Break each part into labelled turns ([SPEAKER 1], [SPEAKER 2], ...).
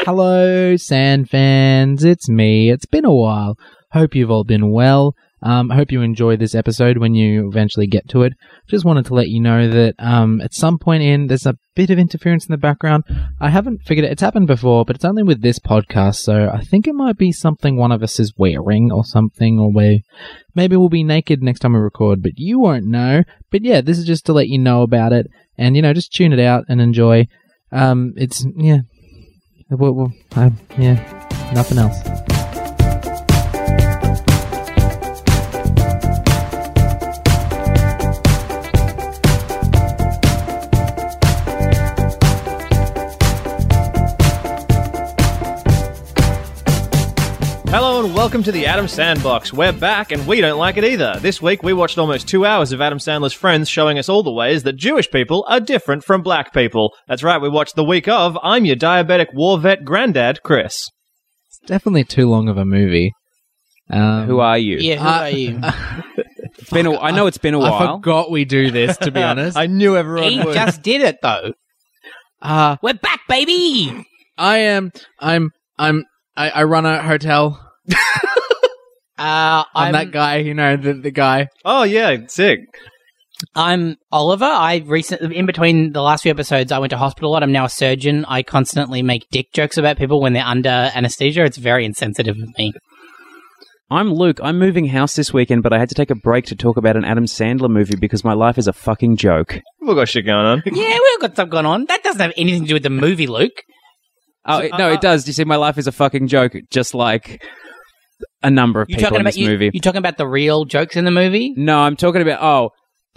[SPEAKER 1] Hello, Sand fans. It's me. It's been a while. Hope you've all been well. Um, hope you enjoy this episode when you eventually get to it. Just wanted to let you know that um, at some point in, there's a bit of interference in the background. I haven't figured it. It's happened before, but it's only with this podcast, so I think it might be something one of us is wearing or something, or we maybe we'll be naked next time we record, but you won't know. But yeah, this is just to let you know about it, and you know, just tune it out and enjoy. Um, it's yeah, well, well, um, yeah, nothing else.
[SPEAKER 2] Hello and welcome to the Adam Sandbox. We're back and we don't like it either. This week we watched almost two hours of Adam Sandler's friends showing us all the ways that Jewish people are different from black people. That's right, we watched the week of I'm Your Diabetic War Vet Granddad, Chris.
[SPEAKER 1] It's definitely too long of a movie. Um,
[SPEAKER 3] Who are you?
[SPEAKER 4] Yeah, who
[SPEAKER 1] Uh,
[SPEAKER 4] are you?
[SPEAKER 3] It's been a, I know it's been a
[SPEAKER 1] I
[SPEAKER 3] while.
[SPEAKER 1] forgot we do this. To be honest,
[SPEAKER 2] Uh, I knew everyone
[SPEAKER 4] he
[SPEAKER 2] would.
[SPEAKER 4] just did it though.
[SPEAKER 1] uh,
[SPEAKER 4] We're back, baby.
[SPEAKER 1] I am. I'm. I'm. I, I run a hotel. I'm,
[SPEAKER 4] Uh, I'm
[SPEAKER 1] that guy. You know the the guy.
[SPEAKER 2] oh, yeah, sick.
[SPEAKER 4] I'm Oliver. I recently, in between the last few episodes, I went to hospital a lot. I'm now a surgeon. I constantly make dick jokes about people when they're under anesthesia. It's very insensitive of me.
[SPEAKER 3] I'm Luke. I'm moving house this weekend, but I had to take a break to talk about an Adam Sandler movie because my life is a fucking joke.
[SPEAKER 2] We've all got shit going on.
[SPEAKER 4] yeah, we've got stuff going on. That doesn't have anything to do with the movie, Luke.
[SPEAKER 3] Oh it, no, it does. You see, my life is a fucking joke, just like a number of
[SPEAKER 4] You
[SPEAKER 3] people
[SPEAKER 4] talking
[SPEAKER 3] in
[SPEAKER 4] about
[SPEAKER 3] this
[SPEAKER 4] you,
[SPEAKER 3] movie.
[SPEAKER 4] you talking about the real jokes in the movie?
[SPEAKER 3] no, I'm talking about. Oh,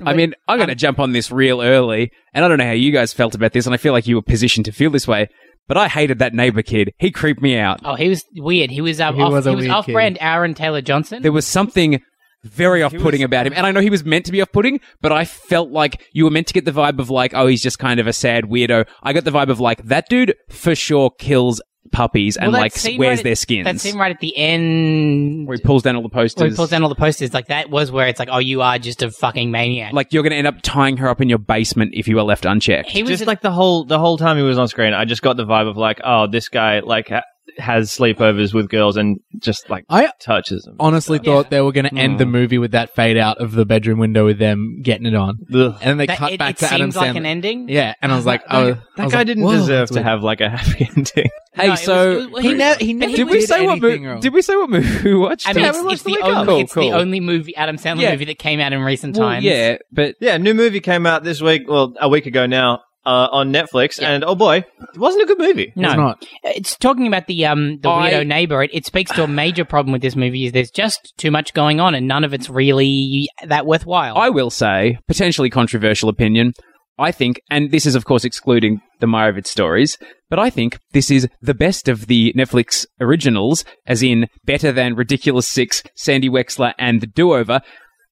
[SPEAKER 3] I
[SPEAKER 4] Wait,
[SPEAKER 3] mean, I'm going to jump on this real early, and I don't know how you guys felt about this, and I feel like you were positioned to feel this way. But I hated that neighbor kid. He creeped me out.
[SPEAKER 4] Oh, he was weird. He was um,
[SPEAKER 1] He
[SPEAKER 4] off,
[SPEAKER 1] was a
[SPEAKER 4] he was
[SPEAKER 1] weird kid.
[SPEAKER 4] off-brand Aaron Taylor Johnson.
[SPEAKER 3] there was something very off-putting about him and i know he was meant to be off-putting but i felt like you were meant to get the vibe of like oh he's just kind of a sad weirdo i got the vibe of like that dude for sure kills puppies and
[SPEAKER 4] Well, that
[SPEAKER 3] like
[SPEAKER 4] scene
[SPEAKER 3] wears
[SPEAKER 4] right at-
[SPEAKER 3] their skins
[SPEAKER 4] That scene right at the end.
[SPEAKER 3] where he pulls down all the posters
[SPEAKER 4] When he pulls down all the posters, like that was where it's like, oh, you are just a fucking maniac.
[SPEAKER 3] like you're going to end up tying her up in your basement if you are left unchecked
[SPEAKER 4] he was
[SPEAKER 2] Just like the whole the whole time he was on screen, I just got the vibe of like, oh, this guy like ha- has sleepovers with girls and just like
[SPEAKER 1] I
[SPEAKER 2] touches them.
[SPEAKER 1] honestly
[SPEAKER 4] Yeah.
[SPEAKER 1] thought they were going to end the movie with that fade out of the bedroom window with them getting it on,
[SPEAKER 2] Ugh.
[SPEAKER 1] and then they
[SPEAKER 4] that,
[SPEAKER 1] cut
[SPEAKER 4] it,
[SPEAKER 1] back
[SPEAKER 4] it
[SPEAKER 1] to Adam
[SPEAKER 4] seems like
[SPEAKER 1] Sandler.
[SPEAKER 4] an ending.
[SPEAKER 1] yeah, and I was like, I was, I
[SPEAKER 2] That
[SPEAKER 1] was
[SPEAKER 2] guy
[SPEAKER 1] like,
[SPEAKER 2] didn't
[SPEAKER 1] "Whoa,
[SPEAKER 2] deserve
[SPEAKER 1] that's
[SPEAKER 2] to
[SPEAKER 1] weird."
[SPEAKER 2] have like a happy ending.
[SPEAKER 4] No,
[SPEAKER 3] hey
[SPEAKER 4] it was-
[SPEAKER 3] so
[SPEAKER 4] it was-
[SPEAKER 1] He never. He never.
[SPEAKER 4] Did
[SPEAKER 3] we say what
[SPEAKER 1] anything
[SPEAKER 3] movie?
[SPEAKER 1] wrong.
[SPEAKER 3] Did we say what movie we watched?
[SPEAKER 4] I mean,
[SPEAKER 2] Yeah,
[SPEAKER 4] it's,
[SPEAKER 2] we watched
[SPEAKER 4] it's
[SPEAKER 2] the
[SPEAKER 4] the,
[SPEAKER 2] week
[SPEAKER 4] only,
[SPEAKER 2] of.
[SPEAKER 4] it's
[SPEAKER 2] Cool,
[SPEAKER 4] the
[SPEAKER 2] cool.
[SPEAKER 4] only movie Adam Sandler
[SPEAKER 3] Yeah.
[SPEAKER 4] movie that came out in recent
[SPEAKER 3] Well,
[SPEAKER 4] times.
[SPEAKER 3] yeah, but
[SPEAKER 2] Yeah, new movie came out this week. Well, a week ago now uh, on Netflix, and oh boy, it wasn't a good movie.
[SPEAKER 1] It's
[SPEAKER 4] No,
[SPEAKER 1] not.
[SPEAKER 4] it's talking about the um the
[SPEAKER 3] I-
[SPEAKER 4] weirdo neighbor. It, it speaks to a major problem with this movie is there's just too much going on and none of it's really that worthwhile.
[SPEAKER 2] Uh,
[SPEAKER 3] I will say, potentially controversial opinion, I think, and this is of course excluding the Myrovitz stories, but I think this is the best of the Netflix originals, as in better than Ridiculous Six, Sandy Wexler, and The Do Over.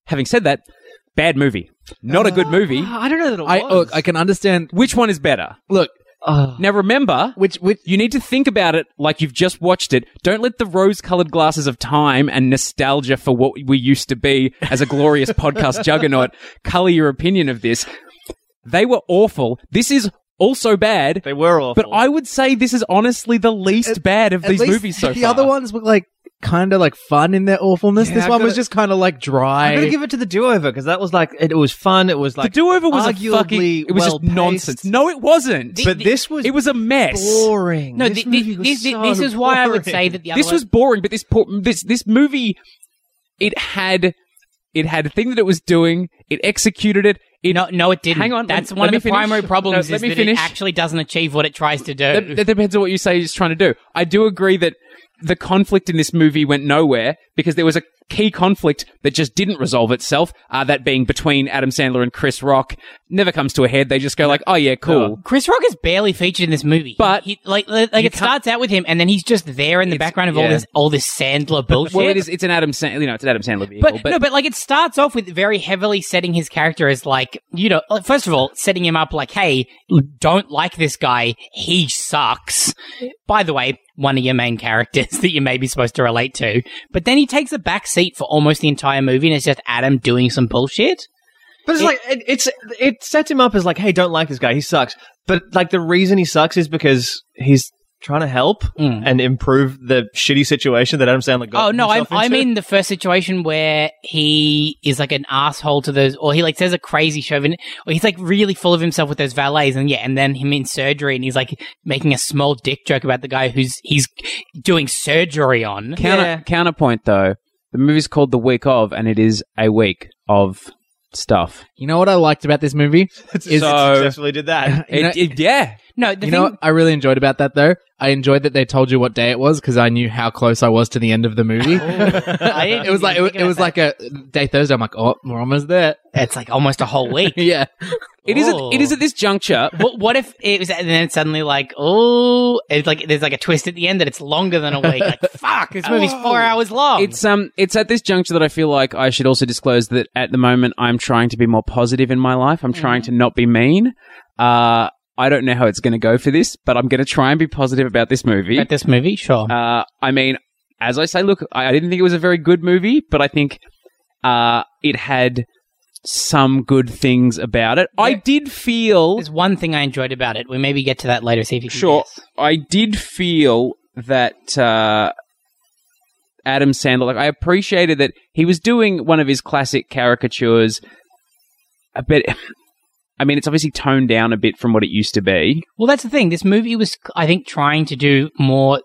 [SPEAKER 3] Having said that, bad movie. Not a good movie.
[SPEAKER 4] Ah.
[SPEAKER 2] I don't know that it
[SPEAKER 1] I look. I can understand.
[SPEAKER 3] Which one is better?
[SPEAKER 1] Look,
[SPEAKER 3] Now remember,
[SPEAKER 1] which which
[SPEAKER 3] you need to think about it like you've just watched it. Don't let the rose colored glasses of time and nostalgia for what we used to be as a glorious podcast juggernaut color your opinion of this. They were awful. This is also bad,
[SPEAKER 2] they were awful.
[SPEAKER 3] but I would say this is honestly the least bad of
[SPEAKER 1] at
[SPEAKER 3] these
[SPEAKER 1] least
[SPEAKER 3] movies so
[SPEAKER 1] the
[SPEAKER 3] far.
[SPEAKER 1] other ones were like kind of like fun in their awfulness.
[SPEAKER 2] Yeah,
[SPEAKER 1] this
[SPEAKER 2] I've
[SPEAKER 1] one
[SPEAKER 2] gotta-
[SPEAKER 1] was just kind of like
[SPEAKER 2] I'm
[SPEAKER 1] dry.
[SPEAKER 2] gonna give it to the do-over because that was like it, was fun. It was
[SPEAKER 3] the
[SPEAKER 2] like,
[SPEAKER 3] do-over was a
[SPEAKER 2] arguably
[SPEAKER 3] fucking. It was just
[SPEAKER 2] well-paced.
[SPEAKER 3] nonsense. No, it wasn't.
[SPEAKER 4] The-
[SPEAKER 2] but this was
[SPEAKER 3] it was a mess.
[SPEAKER 2] boring.
[SPEAKER 4] no,
[SPEAKER 2] this,
[SPEAKER 4] thi- thi-
[SPEAKER 2] movie was
[SPEAKER 4] this, thi-
[SPEAKER 2] so
[SPEAKER 4] this is why I
[SPEAKER 2] boring.
[SPEAKER 4] would say that the other
[SPEAKER 3] this
[SPEAKER 4] one-
[SPEAKER 3] was boring, but this por- this this movie, it had it had a thing that it was doing. It executed it. It
[SPEAKER 4] no, no, it didn't.
[SPEAKER 3] Hang on,
[SPEAKER 4] that's
[SPEAKER 3] let-
[SPEAKER 4] one
[SPEAKER 3] let me
[SPEAKER 4] of the
[SPEAKER 3] finish.
[SPEAKER 4] primary problems
[SPEAKER 3] No, let
[SPEAKER 4] is
[SPEAKER 3] me
[SPEAKER 4] that
[SPEAKER 3] finish.
[SPEAKER 4] it actually doesn't achieve what it tries to do.
[SPEAKER 3] that, that depends on what you say he's trying to do. I do agree that the conflict in this movie went nowhere because there was a key conflict that just didn't resolve itself. Uh, that being between Adam Sandler and Chris Rock, never comes to a head. They just go like, "Oh yeah, cool."
[SPEAKER 4] Chris Rock is barely featured in this movie,
[SPEAKER 3] But
[SPEAKER 4] he, like, like like,
[SPEAKER 3] you
[SPEAKER 4] it starts out with him, and then he's just there in the background of all
[SPEAKER 3] yeah.
[SPEAKER 4] this all this Sandler bullshit.
[SPEAKER 3] Well, it is. It's an Adam Sandler. You know, it's an Adam Sandler vehicle.
[SPEAKER 4] But,
[SPEAKER 3] But,
[SPEAKER 4] no, but like it starts off with very heavily setting his character as like you know, like, first of all, setting him up like, hey, l- don't like this guy, he sucks. By the way, one of your main characters that you may be supposed to relate to. But then he takes a back seat for almost the entire movie, and it's just Adam doing some bullshit.
[SPEAKER 2] But it's like it, it's it sets him up as like, hey, don't like this guy. He sucks. But like the reason he sucks is because he's trying to help
[SPEAKER 3] Hmm.
[SPEAKER 4] Mm.
[SPEAKER 2] and improve the shitty situation that Adam Sandler got.
[SPEAKER 4] Oh no, I,
[SPEAKER 2] himself
[SPEAKER 4] I
[SPEAKER 2] into?
[SPEAKER 4] mean the first situation where he is like an asshole to those, or he like says a crazy chauvinist, or he's like really full of himself with those valets, and yeah, and then him in surgery, and he's like making a small dick joke about the guy who's he's doing surgery on.
[SPEAKER 3] Counter-
[SPEAKER 2] Yeah.
[SPEAKER 3] Counterpoint though, the movie's called The Week of, and it is a week of stuff.
[SPEAKER 1] You know what I liked about this movie?
[SPEAKER 2] It
[SPEAKER 1] is-
[SPEAKER 2] successfully did that.
[SPEAKER 1] You know-
[SPEAKER 3] It- it- yeah,
[SPEAKER 4] No, the
[SPEAKER 1] you
[SPEAKER 4] thing,
[SPEAKER 1] know what I really enjoyed about that though? I enjoyed that they told you what day it was because I knew how close I was to the end of the movie.
[SPEAKER 4] I didn't
[SPEAKER 1] it was like it,
[SPEAKER 4] even
[SPEAKER 1] was- it was like
[SPEAKER 4] think about
[SPEAKER 1] a day Thursday. I'm like, oh, we're almost there.
[SPEAKER 4] that. it's like almost a whole week.
[SPEAKER 1] Yeah,
[SPEAKER 3] it is. At,
[SPEAKER 4] Oh.
[SPEAKER 3] it is at this juncture.
[SPEAKER 4] What, what if it was, and then it's suddenly like, oh, it's like there's like a twist at the end that it's longer than a week. Like, fuck, this movie's four hours long.
[SPEAKER 3] It's um. It's at this juncture that I feel like I should also disclose that at the moment I'm trying to be more positive in my life. I'm trying to not be mean. Uh, I don't know how it's going to go for this, but I'm going to try and be positive about this movie.
[SPEAKER 4] at this movie, sure.
[SPEAKER 3] Uh, I mean, as I say, look, I, I didn't think it was a very good movie, but I think uh, it had some good things about it. I did feel
[SPEAKER 4] There's one thing I enjoyed about it. We maybe get to that later. See if you can
[SPEAKER 3] sure.
[SPEAKER 4] guess.
[SPEAKER 3] I did feel that uh, Adam Sandler. Like, I appreciated that he was doing one of his classic caricatures. A bit. I mean, it's obviously toned down a bit from what it used to be.
[SPEAKER 4] Well, that's the thing. This movie was, I think, trying to do more.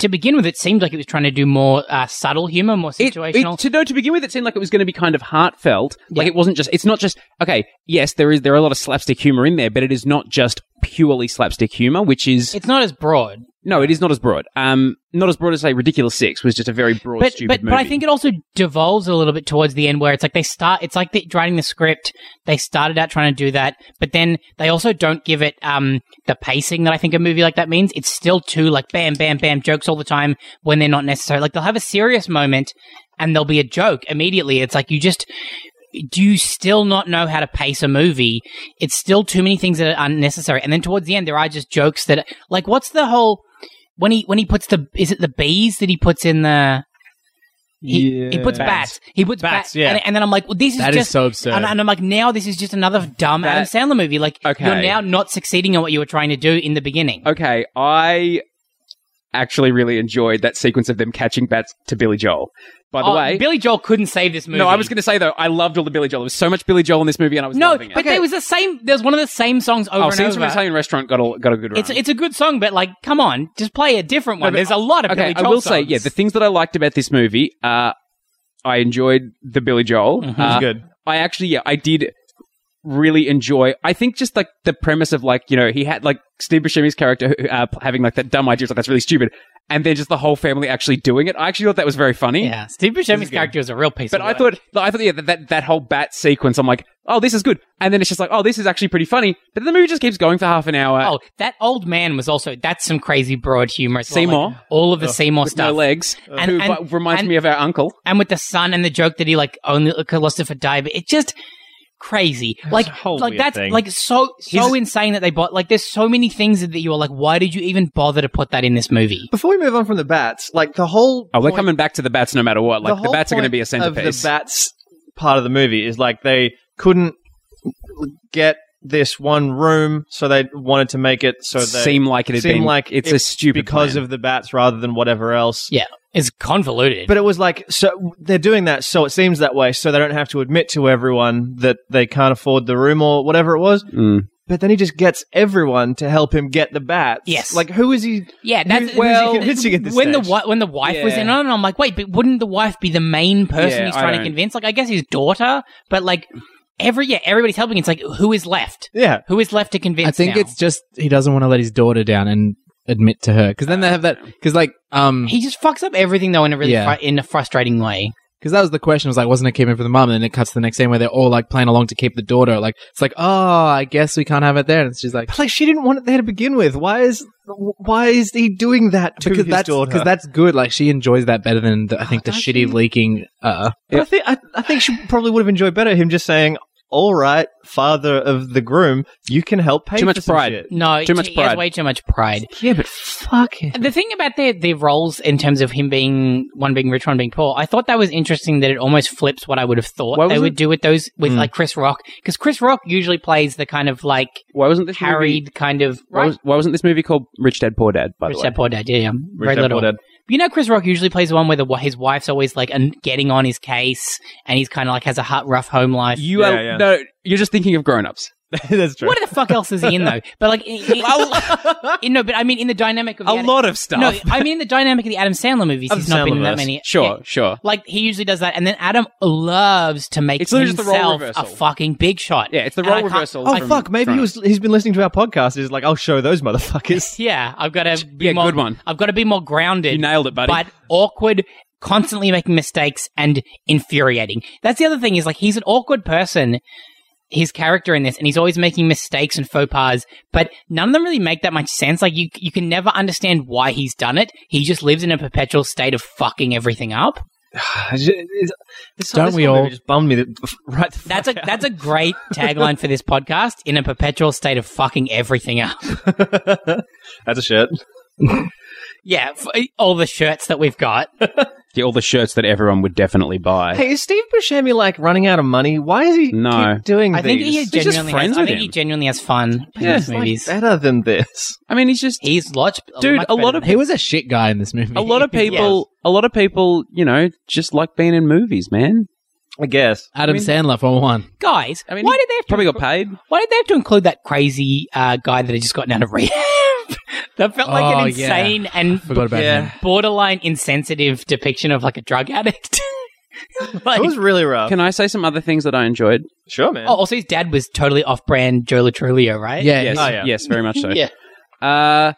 [SPEAKER 4] To begin with, it seemed like it was trying to do more uh, subtle humor, more
[SPEAKER 3] It-
[SPEAKER 4] situational.
[SPEAKER 3] It, to know to begin with, it seemed like it was going to be kind of heartfelt. Like
[SPEAKER 4] Yeah.
[SPEAKER 3] it wasn't just. It's not just okay. Yes, there is there are a lot of slapstick humor in there, but it is not just purely slapstick humor, which is
[SPEAKER 4] it's not as broad,
[SPEAKER 3] no, it is not as broad. Um, not as broad as say Ridiculous Six was just a very broad,
[SPEAKER 4] but
[SPEAKER 3] stupid
[SPEAKER 4] but,
[SPEAKER 3] movie.
[SPEAKER 4] but I think it also devolves a little bit towards the end, where it's like they start. It's like the, writing the script. They started out trying to do that, but then they also don't give it um, the pacing that I think a movie like that means. It's still too like bam, bam, bam jokes all the time when they're not necessary. Like they'll have a serious moment, and there'll be a joke immediately. It's like you just do you still not know how to pace a movie? It's still too many things that are unnecessary. And then towards the end, there are just jokes that, like, what's the whole when he when he puts the is it the bees that he puts in the he, he puts bats.
[SPEAKER 2] Bats.
[SPEAKER 4] He puts bats.
[SPEAKER 2] Bats, yeah.
[SPEAKER 4] And, and then I'm like, well, this is
[SPEAKER 1] that is
[SPEAKER 4] just.
[SPEAKER 1] so absurd.
[SPEAKER 4] and, and I'm like, now this is just another dumb
[SPEAKER 3] That-
[SPEAKER 4] Adam Sandler movie. Like,
[SPEAKER 3] Okay. Oh,
[SPEAKER 4] you're now not succeeding in what you were trying to do in the beginning.
[SPEAKER 3] okay, I actually really enjoyed that sequence of them catching bats to Billy Joel. By the
[SPEAKER 4] Oh,
[SPEAKER 3] way,
[SPEAKER 4] Billy Joel couldn't save this movie.
[SPEAKER 3] no, I was going to say though, I loved all the Billy Joel. There was so much Billy Joel in this movie, and I was
[SPEAKER 4] No,
[SPEAKER 3] loving
[SPEAKER 4] but
[SPEAKER 3] it.
[SPEAKER 4] there was the same. There's one of the same songs over
[SPEAKER 3] Oh,
[SPEAKER 4] and
[SPEAKER 3] Scenes from
[SPEAKER 4] over.
[SPEAKER 3] an Italian Restaurant got a, got a good run.
[SPEAKER 4] It's it's a good song, but like, come on, just play a different one.
[SPEAKER 3] but-
[SPEAKER 4] There's a lot of
[SPEAKER 3] okay,
[SPEAKER 4] Billy Joel
[SPEAKER 3] I will
[SPEAKER 4] songs.
[SPEAKER 3] say, yeah, the things that I liked about this movie, uh, I enjoyed the Billy Joel.
[SPEAKER 4] Mhm.
[SPEAKER 3] Uh,
[SPEAKER 2] It's good.
[SPEAKER 3] I actually, yeah, I did really enjoy. I think just like the premise of like you know he had like Steve Buscemi's character who, uh, having like that dumb idea, it's like that's really stupid, and then just the whole family actually doing it. I actually thought that was very funny.
[SPEAKER 4] yeah, Steve Buscemi's character is a real piece.
[SPEAKER 3] But
[SPEAKER 4] of
[SPEAKER 3] I
[SPEAKER 4] work.
[SPEAKER 3] thought, I thought, yeah, that, that that whole bat sequence. I'm like, oh, this is good, and then it's just like, oh, this is actually pretty funny. But then the movie just keeps going for half an hour.
[SPEAKER 4] Oh, that old man was also. That's some crazy broad humor. as well, like,
[SPEAKER 3] Seymour.
[SPEAKER 4] all of the Seymour
[SPEAKER 3] with no
[SPEAKER 4] stuff,
[SPEAKER 3] legs,
[SPEAKER 4] And-
[SPEAKER 3] who
[SPEAKER 4] and-
[SPEAKER 3] bu- reminds
[SPEAKER 4] and-
[SPEAKER 3] me of our uncle.
[SPEAKER 4] and with the son and the joke that he like only could Lucifer die, but it just crazy. Like,
[SPEAKER 2] whole
[SPEAKER 4] like
[SPEAKER 2] weird
[SPEAKER 4] that's
[SPEAKER 2] thing.
[SPEAKER 4] like so so insane that they bought. Like, there's so many things that you were like, why did you even bother to put that in this movie?
[SPEAKER 2] Before we move on from the bats, like the whole
[SPEAKER 3] Oh, we're
[SPEAKER 2] point-
[SPEAKER 3] coming back to the bats no matter what. Like the,
[SPEAKER 2] whole
[SPEAKER 3] bats are going to
[SPEAKER 2] point
[SPEAKER 3] be a
[SPEAKER 2] Of
[SPEAKER 3] centerpiece.
[SPEAKER 2] the bats part of the movie is like they couldn't get this one room, so they wanted to make it so they
[SPEAKER 3] seem like it had
[SPEAKER 2] seem
[SPEAKER 3] been
[SPEAKER 2] like
[SPEAKER 3] it's
[SPEAKER 2] it-
[SPEAKER 3] a stupid
[SPEAKER 2] because
[SPEAKER 3] plan.
[SPEAKER 2] of the bats rather than whatever else.
[SPEAKER 4] Yeah, it's convoluted.
[SPEAKER 2] But it was like so they're doing that, so it seems that way, so they don't have to admit to everyone that they can't afford the room or whatever it was.
[SPEAKER 3] Mm.
[SPEAKER 2] But then he just gets everyone to help him get the bats.
[SPEAKER 4] Yes.
[SPEAKER 2] like who is he?
[SPEAKER 4] yeah, that's
[SPEAKER 2] well,
[SPEAKER 4] it's-
[SPEAKER 2] convincing at this
[SPEAKER 4] when the
[SPEAKER 2] stage.
[SPEAKER 4] wi- when the wife was
[SPEAKER 3] Yeah.
[SPEAKER 4] in on it, I'm like, wait, but wouldn't the wife be the main person
[SPEAKER 3] Yeah,
[SPEAKER 4] he's
[SPEAKER 3] I
[SPEAKER 4] trying to
[SPEAKER 3] don't-
[SPEAKER 4] convince? Like, I guess his daughter, but like every yeah, everybody's helping. It's like who is left?
[SPEAKER 2] Yeah,
[SPEAKER 4] Who is left to convince?
[SPEAKER 1] I think
[SPEAKER 4] now?
[SPEAKER 1] it's just he doesn't want to let his daughter down and admit to her because then they have that because like um
[SPEAKER 4] He just fucks up everything though in a really
[SPEAKER 1] Yeah.
[SPEAKER 4] fru- in a frustrating way.
[SPEAKER 1] because that was the question was like wasn't it keeping for the mum and then it cuts to the next scene where they're all like playing along to keep the daughter like it's like oh I guess we can't have it there and she's like
[SPEAKER 2] but like she didn't want it there to begin with. Why is why is he doing that to
[SPEAKER 1] because
[SPEAKER 2] his
[SPEAKER 1] that's
[SPEAKER 2] daughter?
[SPEAKER 1] because that's good like she enjoys that better than the, I think the
[SPEAKER 2] Oh, does
[SPEAKER 1] shitty
[SPEAKER 2] she?
[SPEAKER 1] leaking uh
[SPEAKER 2] But I think I, I think she probably would have enjoyed better him just saying, all right, father of the groom, you can help pay
[SPEAKER 3] Too much
[SPEAKER 2] for some
[SPEAKER 3] pride.
[SPEAKER 2] shit.
[SPEAKER 4] No,
[SPEAKER 3] Too much
[SPEAKER 4] he has
[SPEAKER 3] pride.
[SPEAKER 4] way too much pride.
[SPEAKER 1] Yeah, but fuck it.
[SPEAKER 4] The thing about their, their roles in terms of him being one being rich, one being poor, I thought that was interesting that it almost flips what I would have thought
[SPEAKER 3] Why
[SPEAKER 4] they
[SPEAKER 3] was
[SPEAKER 4] would
[SPEAKER 3] it?
[SPEAKER 4] do with those with
[SPEAKER 2] Hmm.
[SPEAKER 4] like Chris Rock because Chris Rock usually plays the kind of like
[SPEAKER 3] Why wasn't this Movie,
[SPEAKER 4] harried kind of
[SPEAKER 3] why, was, why wasn't this movie called Rich Dad Poor Dad? By
[SPEAKER 4] Rich
[SPEAKER 3] the way,
[SPEAKER 4] Dad Poor Dad, yeah, yeah.
[SPEAKER 2] Rich
[SPEAKER 4] very
[SPEAKER 2] Dad,
[SPEAKER 4] little.
[SPEAKER 2] Poor Dad.
[SPEAKER 4] You know, Chris Rock usually plays the one where the, his wife's always like an, getting on his case, and he's kind of like has a hot, rough home life.
[SPEAKER 3] you
[SPEAKER 2] Yeah,
[SPEAKER 3] are
[SPEAKER 2] yeah.
[SPEAKER 3] no. You're just thinking of grown ups.
[SPEAKER 2] That's true.
[SPEAKER 4] What the fuck else is he in though? But like, in, in- in- no, but I mean in the dynamic of the
[SPEAKER 3] A
[SPEAKER 4] Adam-
[SPEAKER 3] lot of stuff.
[SPEAKER 4] No, I mean the dynamic of the Adam Sandler movies.
[SPEAKER 2] Of
[SPEAKER 4] he's not been in
[SPEAKER 2] Sandlerverse.
[SPEAKER 4] that many.
[SPEAKER 3] sure,
[SPEAKER 4] yeah.
[SPEAKER 3] sure.
[SPEAKER 4] Like he usually does that, and then Adam loves to make
[SPEAKER 3] It's literally just the role
[SPEAKER 4] himself a
[SPEAKER 3] reversal.
[SPEAKER 4] fucking big shot.
[SPEAKER 3] Yeah, it's the
[SPEAKER 4] And I
[SPEAKER 3] role
[SPEAKER 4] can't-
[SPEAKER 3] reversal.
[SPEAKER 2] Oh
[SPEAKER 3] from-
[SPEAKER 2] fuck! Maybe
[SPEAKER 3] from-
[SPEAKER 2] he was, he's been listening to our podcast. He's like, I'll show those motherfuckers.
[SPEAKER 4] Yeah, I've got to be
[SPEAKER 3] Yeah,
[SPEAKER 4] more.
[SPEAKER 3] good one.
[SPEAKER 4] I've got to be more grounded.
[SPEAKER 3] You nailed it, buddy.
[SPEAKER 4] but awkward, constantly making mistakes and infuriating. That's the other thing is like he's an awkward person, his character in this, and he's always making mistakes and faux pas, but none of them really make that much sense. Like you you can never understand why he's done it. He just lives in a perpetual state of fucking everything up.
[SPEAKER 2] It's- this-
[SPEAKER 1] Don't
[SPEAKER 2] this
[SPEAKER 1] we
[SPEAKER 2] whole movie
[SPEAKER 1] all?
[SPEAKER 2] Just bummed me the, right. The
[SPEAKER 4] That's a that's a great tagline for this podcast, in a perpetual state of fucking everything up.
[SPEAKER 2] That's a shirt.
[SPEAKER 4] Yeah, f- all the shirts that we've got.
[SPEAKER 3] Yeah, all the shirts that everyone would definitely buy.
[SPEAKER 2] Hey, is Steve Buscemi like running out of money? Why is he
[SPEAKER 3] No.
[SPEAKER 2] keep doing
[SPEAKER 4] I think
[SPEAKER 2] these?
[SPEAKER 4] he
[SPEAKER 2] He's just
[SPEAKER 4] genuinely
[SPEAKER 3] friends
[SPEAKER 4] has, I
[SPEAKER 3] with
[SPEAKER 4] think
[SPEAKER 3] him.
[SPEAKER 4] he genuinely has fun in
[SPEAKER 3] Yeah,
[SPEAKER 4] his
[SPEAKER 2] it's, like,
[SPEAKER 4] movies.
[SPEAKER 2] better than this.
[SPEAKER 3] I mean, he's just
[SPEAKER 4] He's lot,
[SPEAKER 3] Dude,
[SPEAKER 4] much
[SPEAKER 3] a lot
[SPEAKER 4] better
[SPEAKER 3] of
[SPEAKER 4] than-
[SPEAKER 1] He was a shit guy in this movie.
[SPEAKER 2] Oh,
[SPEAKER 3] a lot of people. A lot of people, you know, just like being in movies, man.
[SPEAKER 2] I guess.
[SPEAKER 1] Adam
[SPEAKER 3] I mean-
[SPEAKER 1] Sandler for one.
[SPEAKER 4] guys.
[SPEAKER 3] I mean,
[SPEAKER 4] why did they have to
[SPEAKER 3] Probably got
[SPEAKER 4] inclu-
[SPEAKER 3] paid.
[SPEAKER 4] Why did they have to include that crazy uh, guy that had just gotten out of rehab? that felt like
[SPEAKER 1] Oh,
[SPEAKER 4] an
[SPEAKER 1] yeah.
[SPEAKER 4] insane and
[SPEAKER 1] Forgot about
[SPEAKER 2] Yeah.
[SPEAKER 1] him.
[SPEAKER 4] borderline insensitive depiction of like a drug addict. like,
[SPEAKER 2] It was really rough.
[SPEAKER 3] Can I say some other things that I enjoyed?
[SPEAKER 2] sure, man.
[SPEAKER 4] oh, also his dad was totally off-brand Joe Latrulio, right?
[SPEAKER 1] Yeah,
[SPEAKER 3] Yes,
[SPEAKER 2] Oh, yeah.
[SPEAKER 3] yes, very much so.
[SPEAKER 4] Yeah.
[SPEAKER 3] Uh,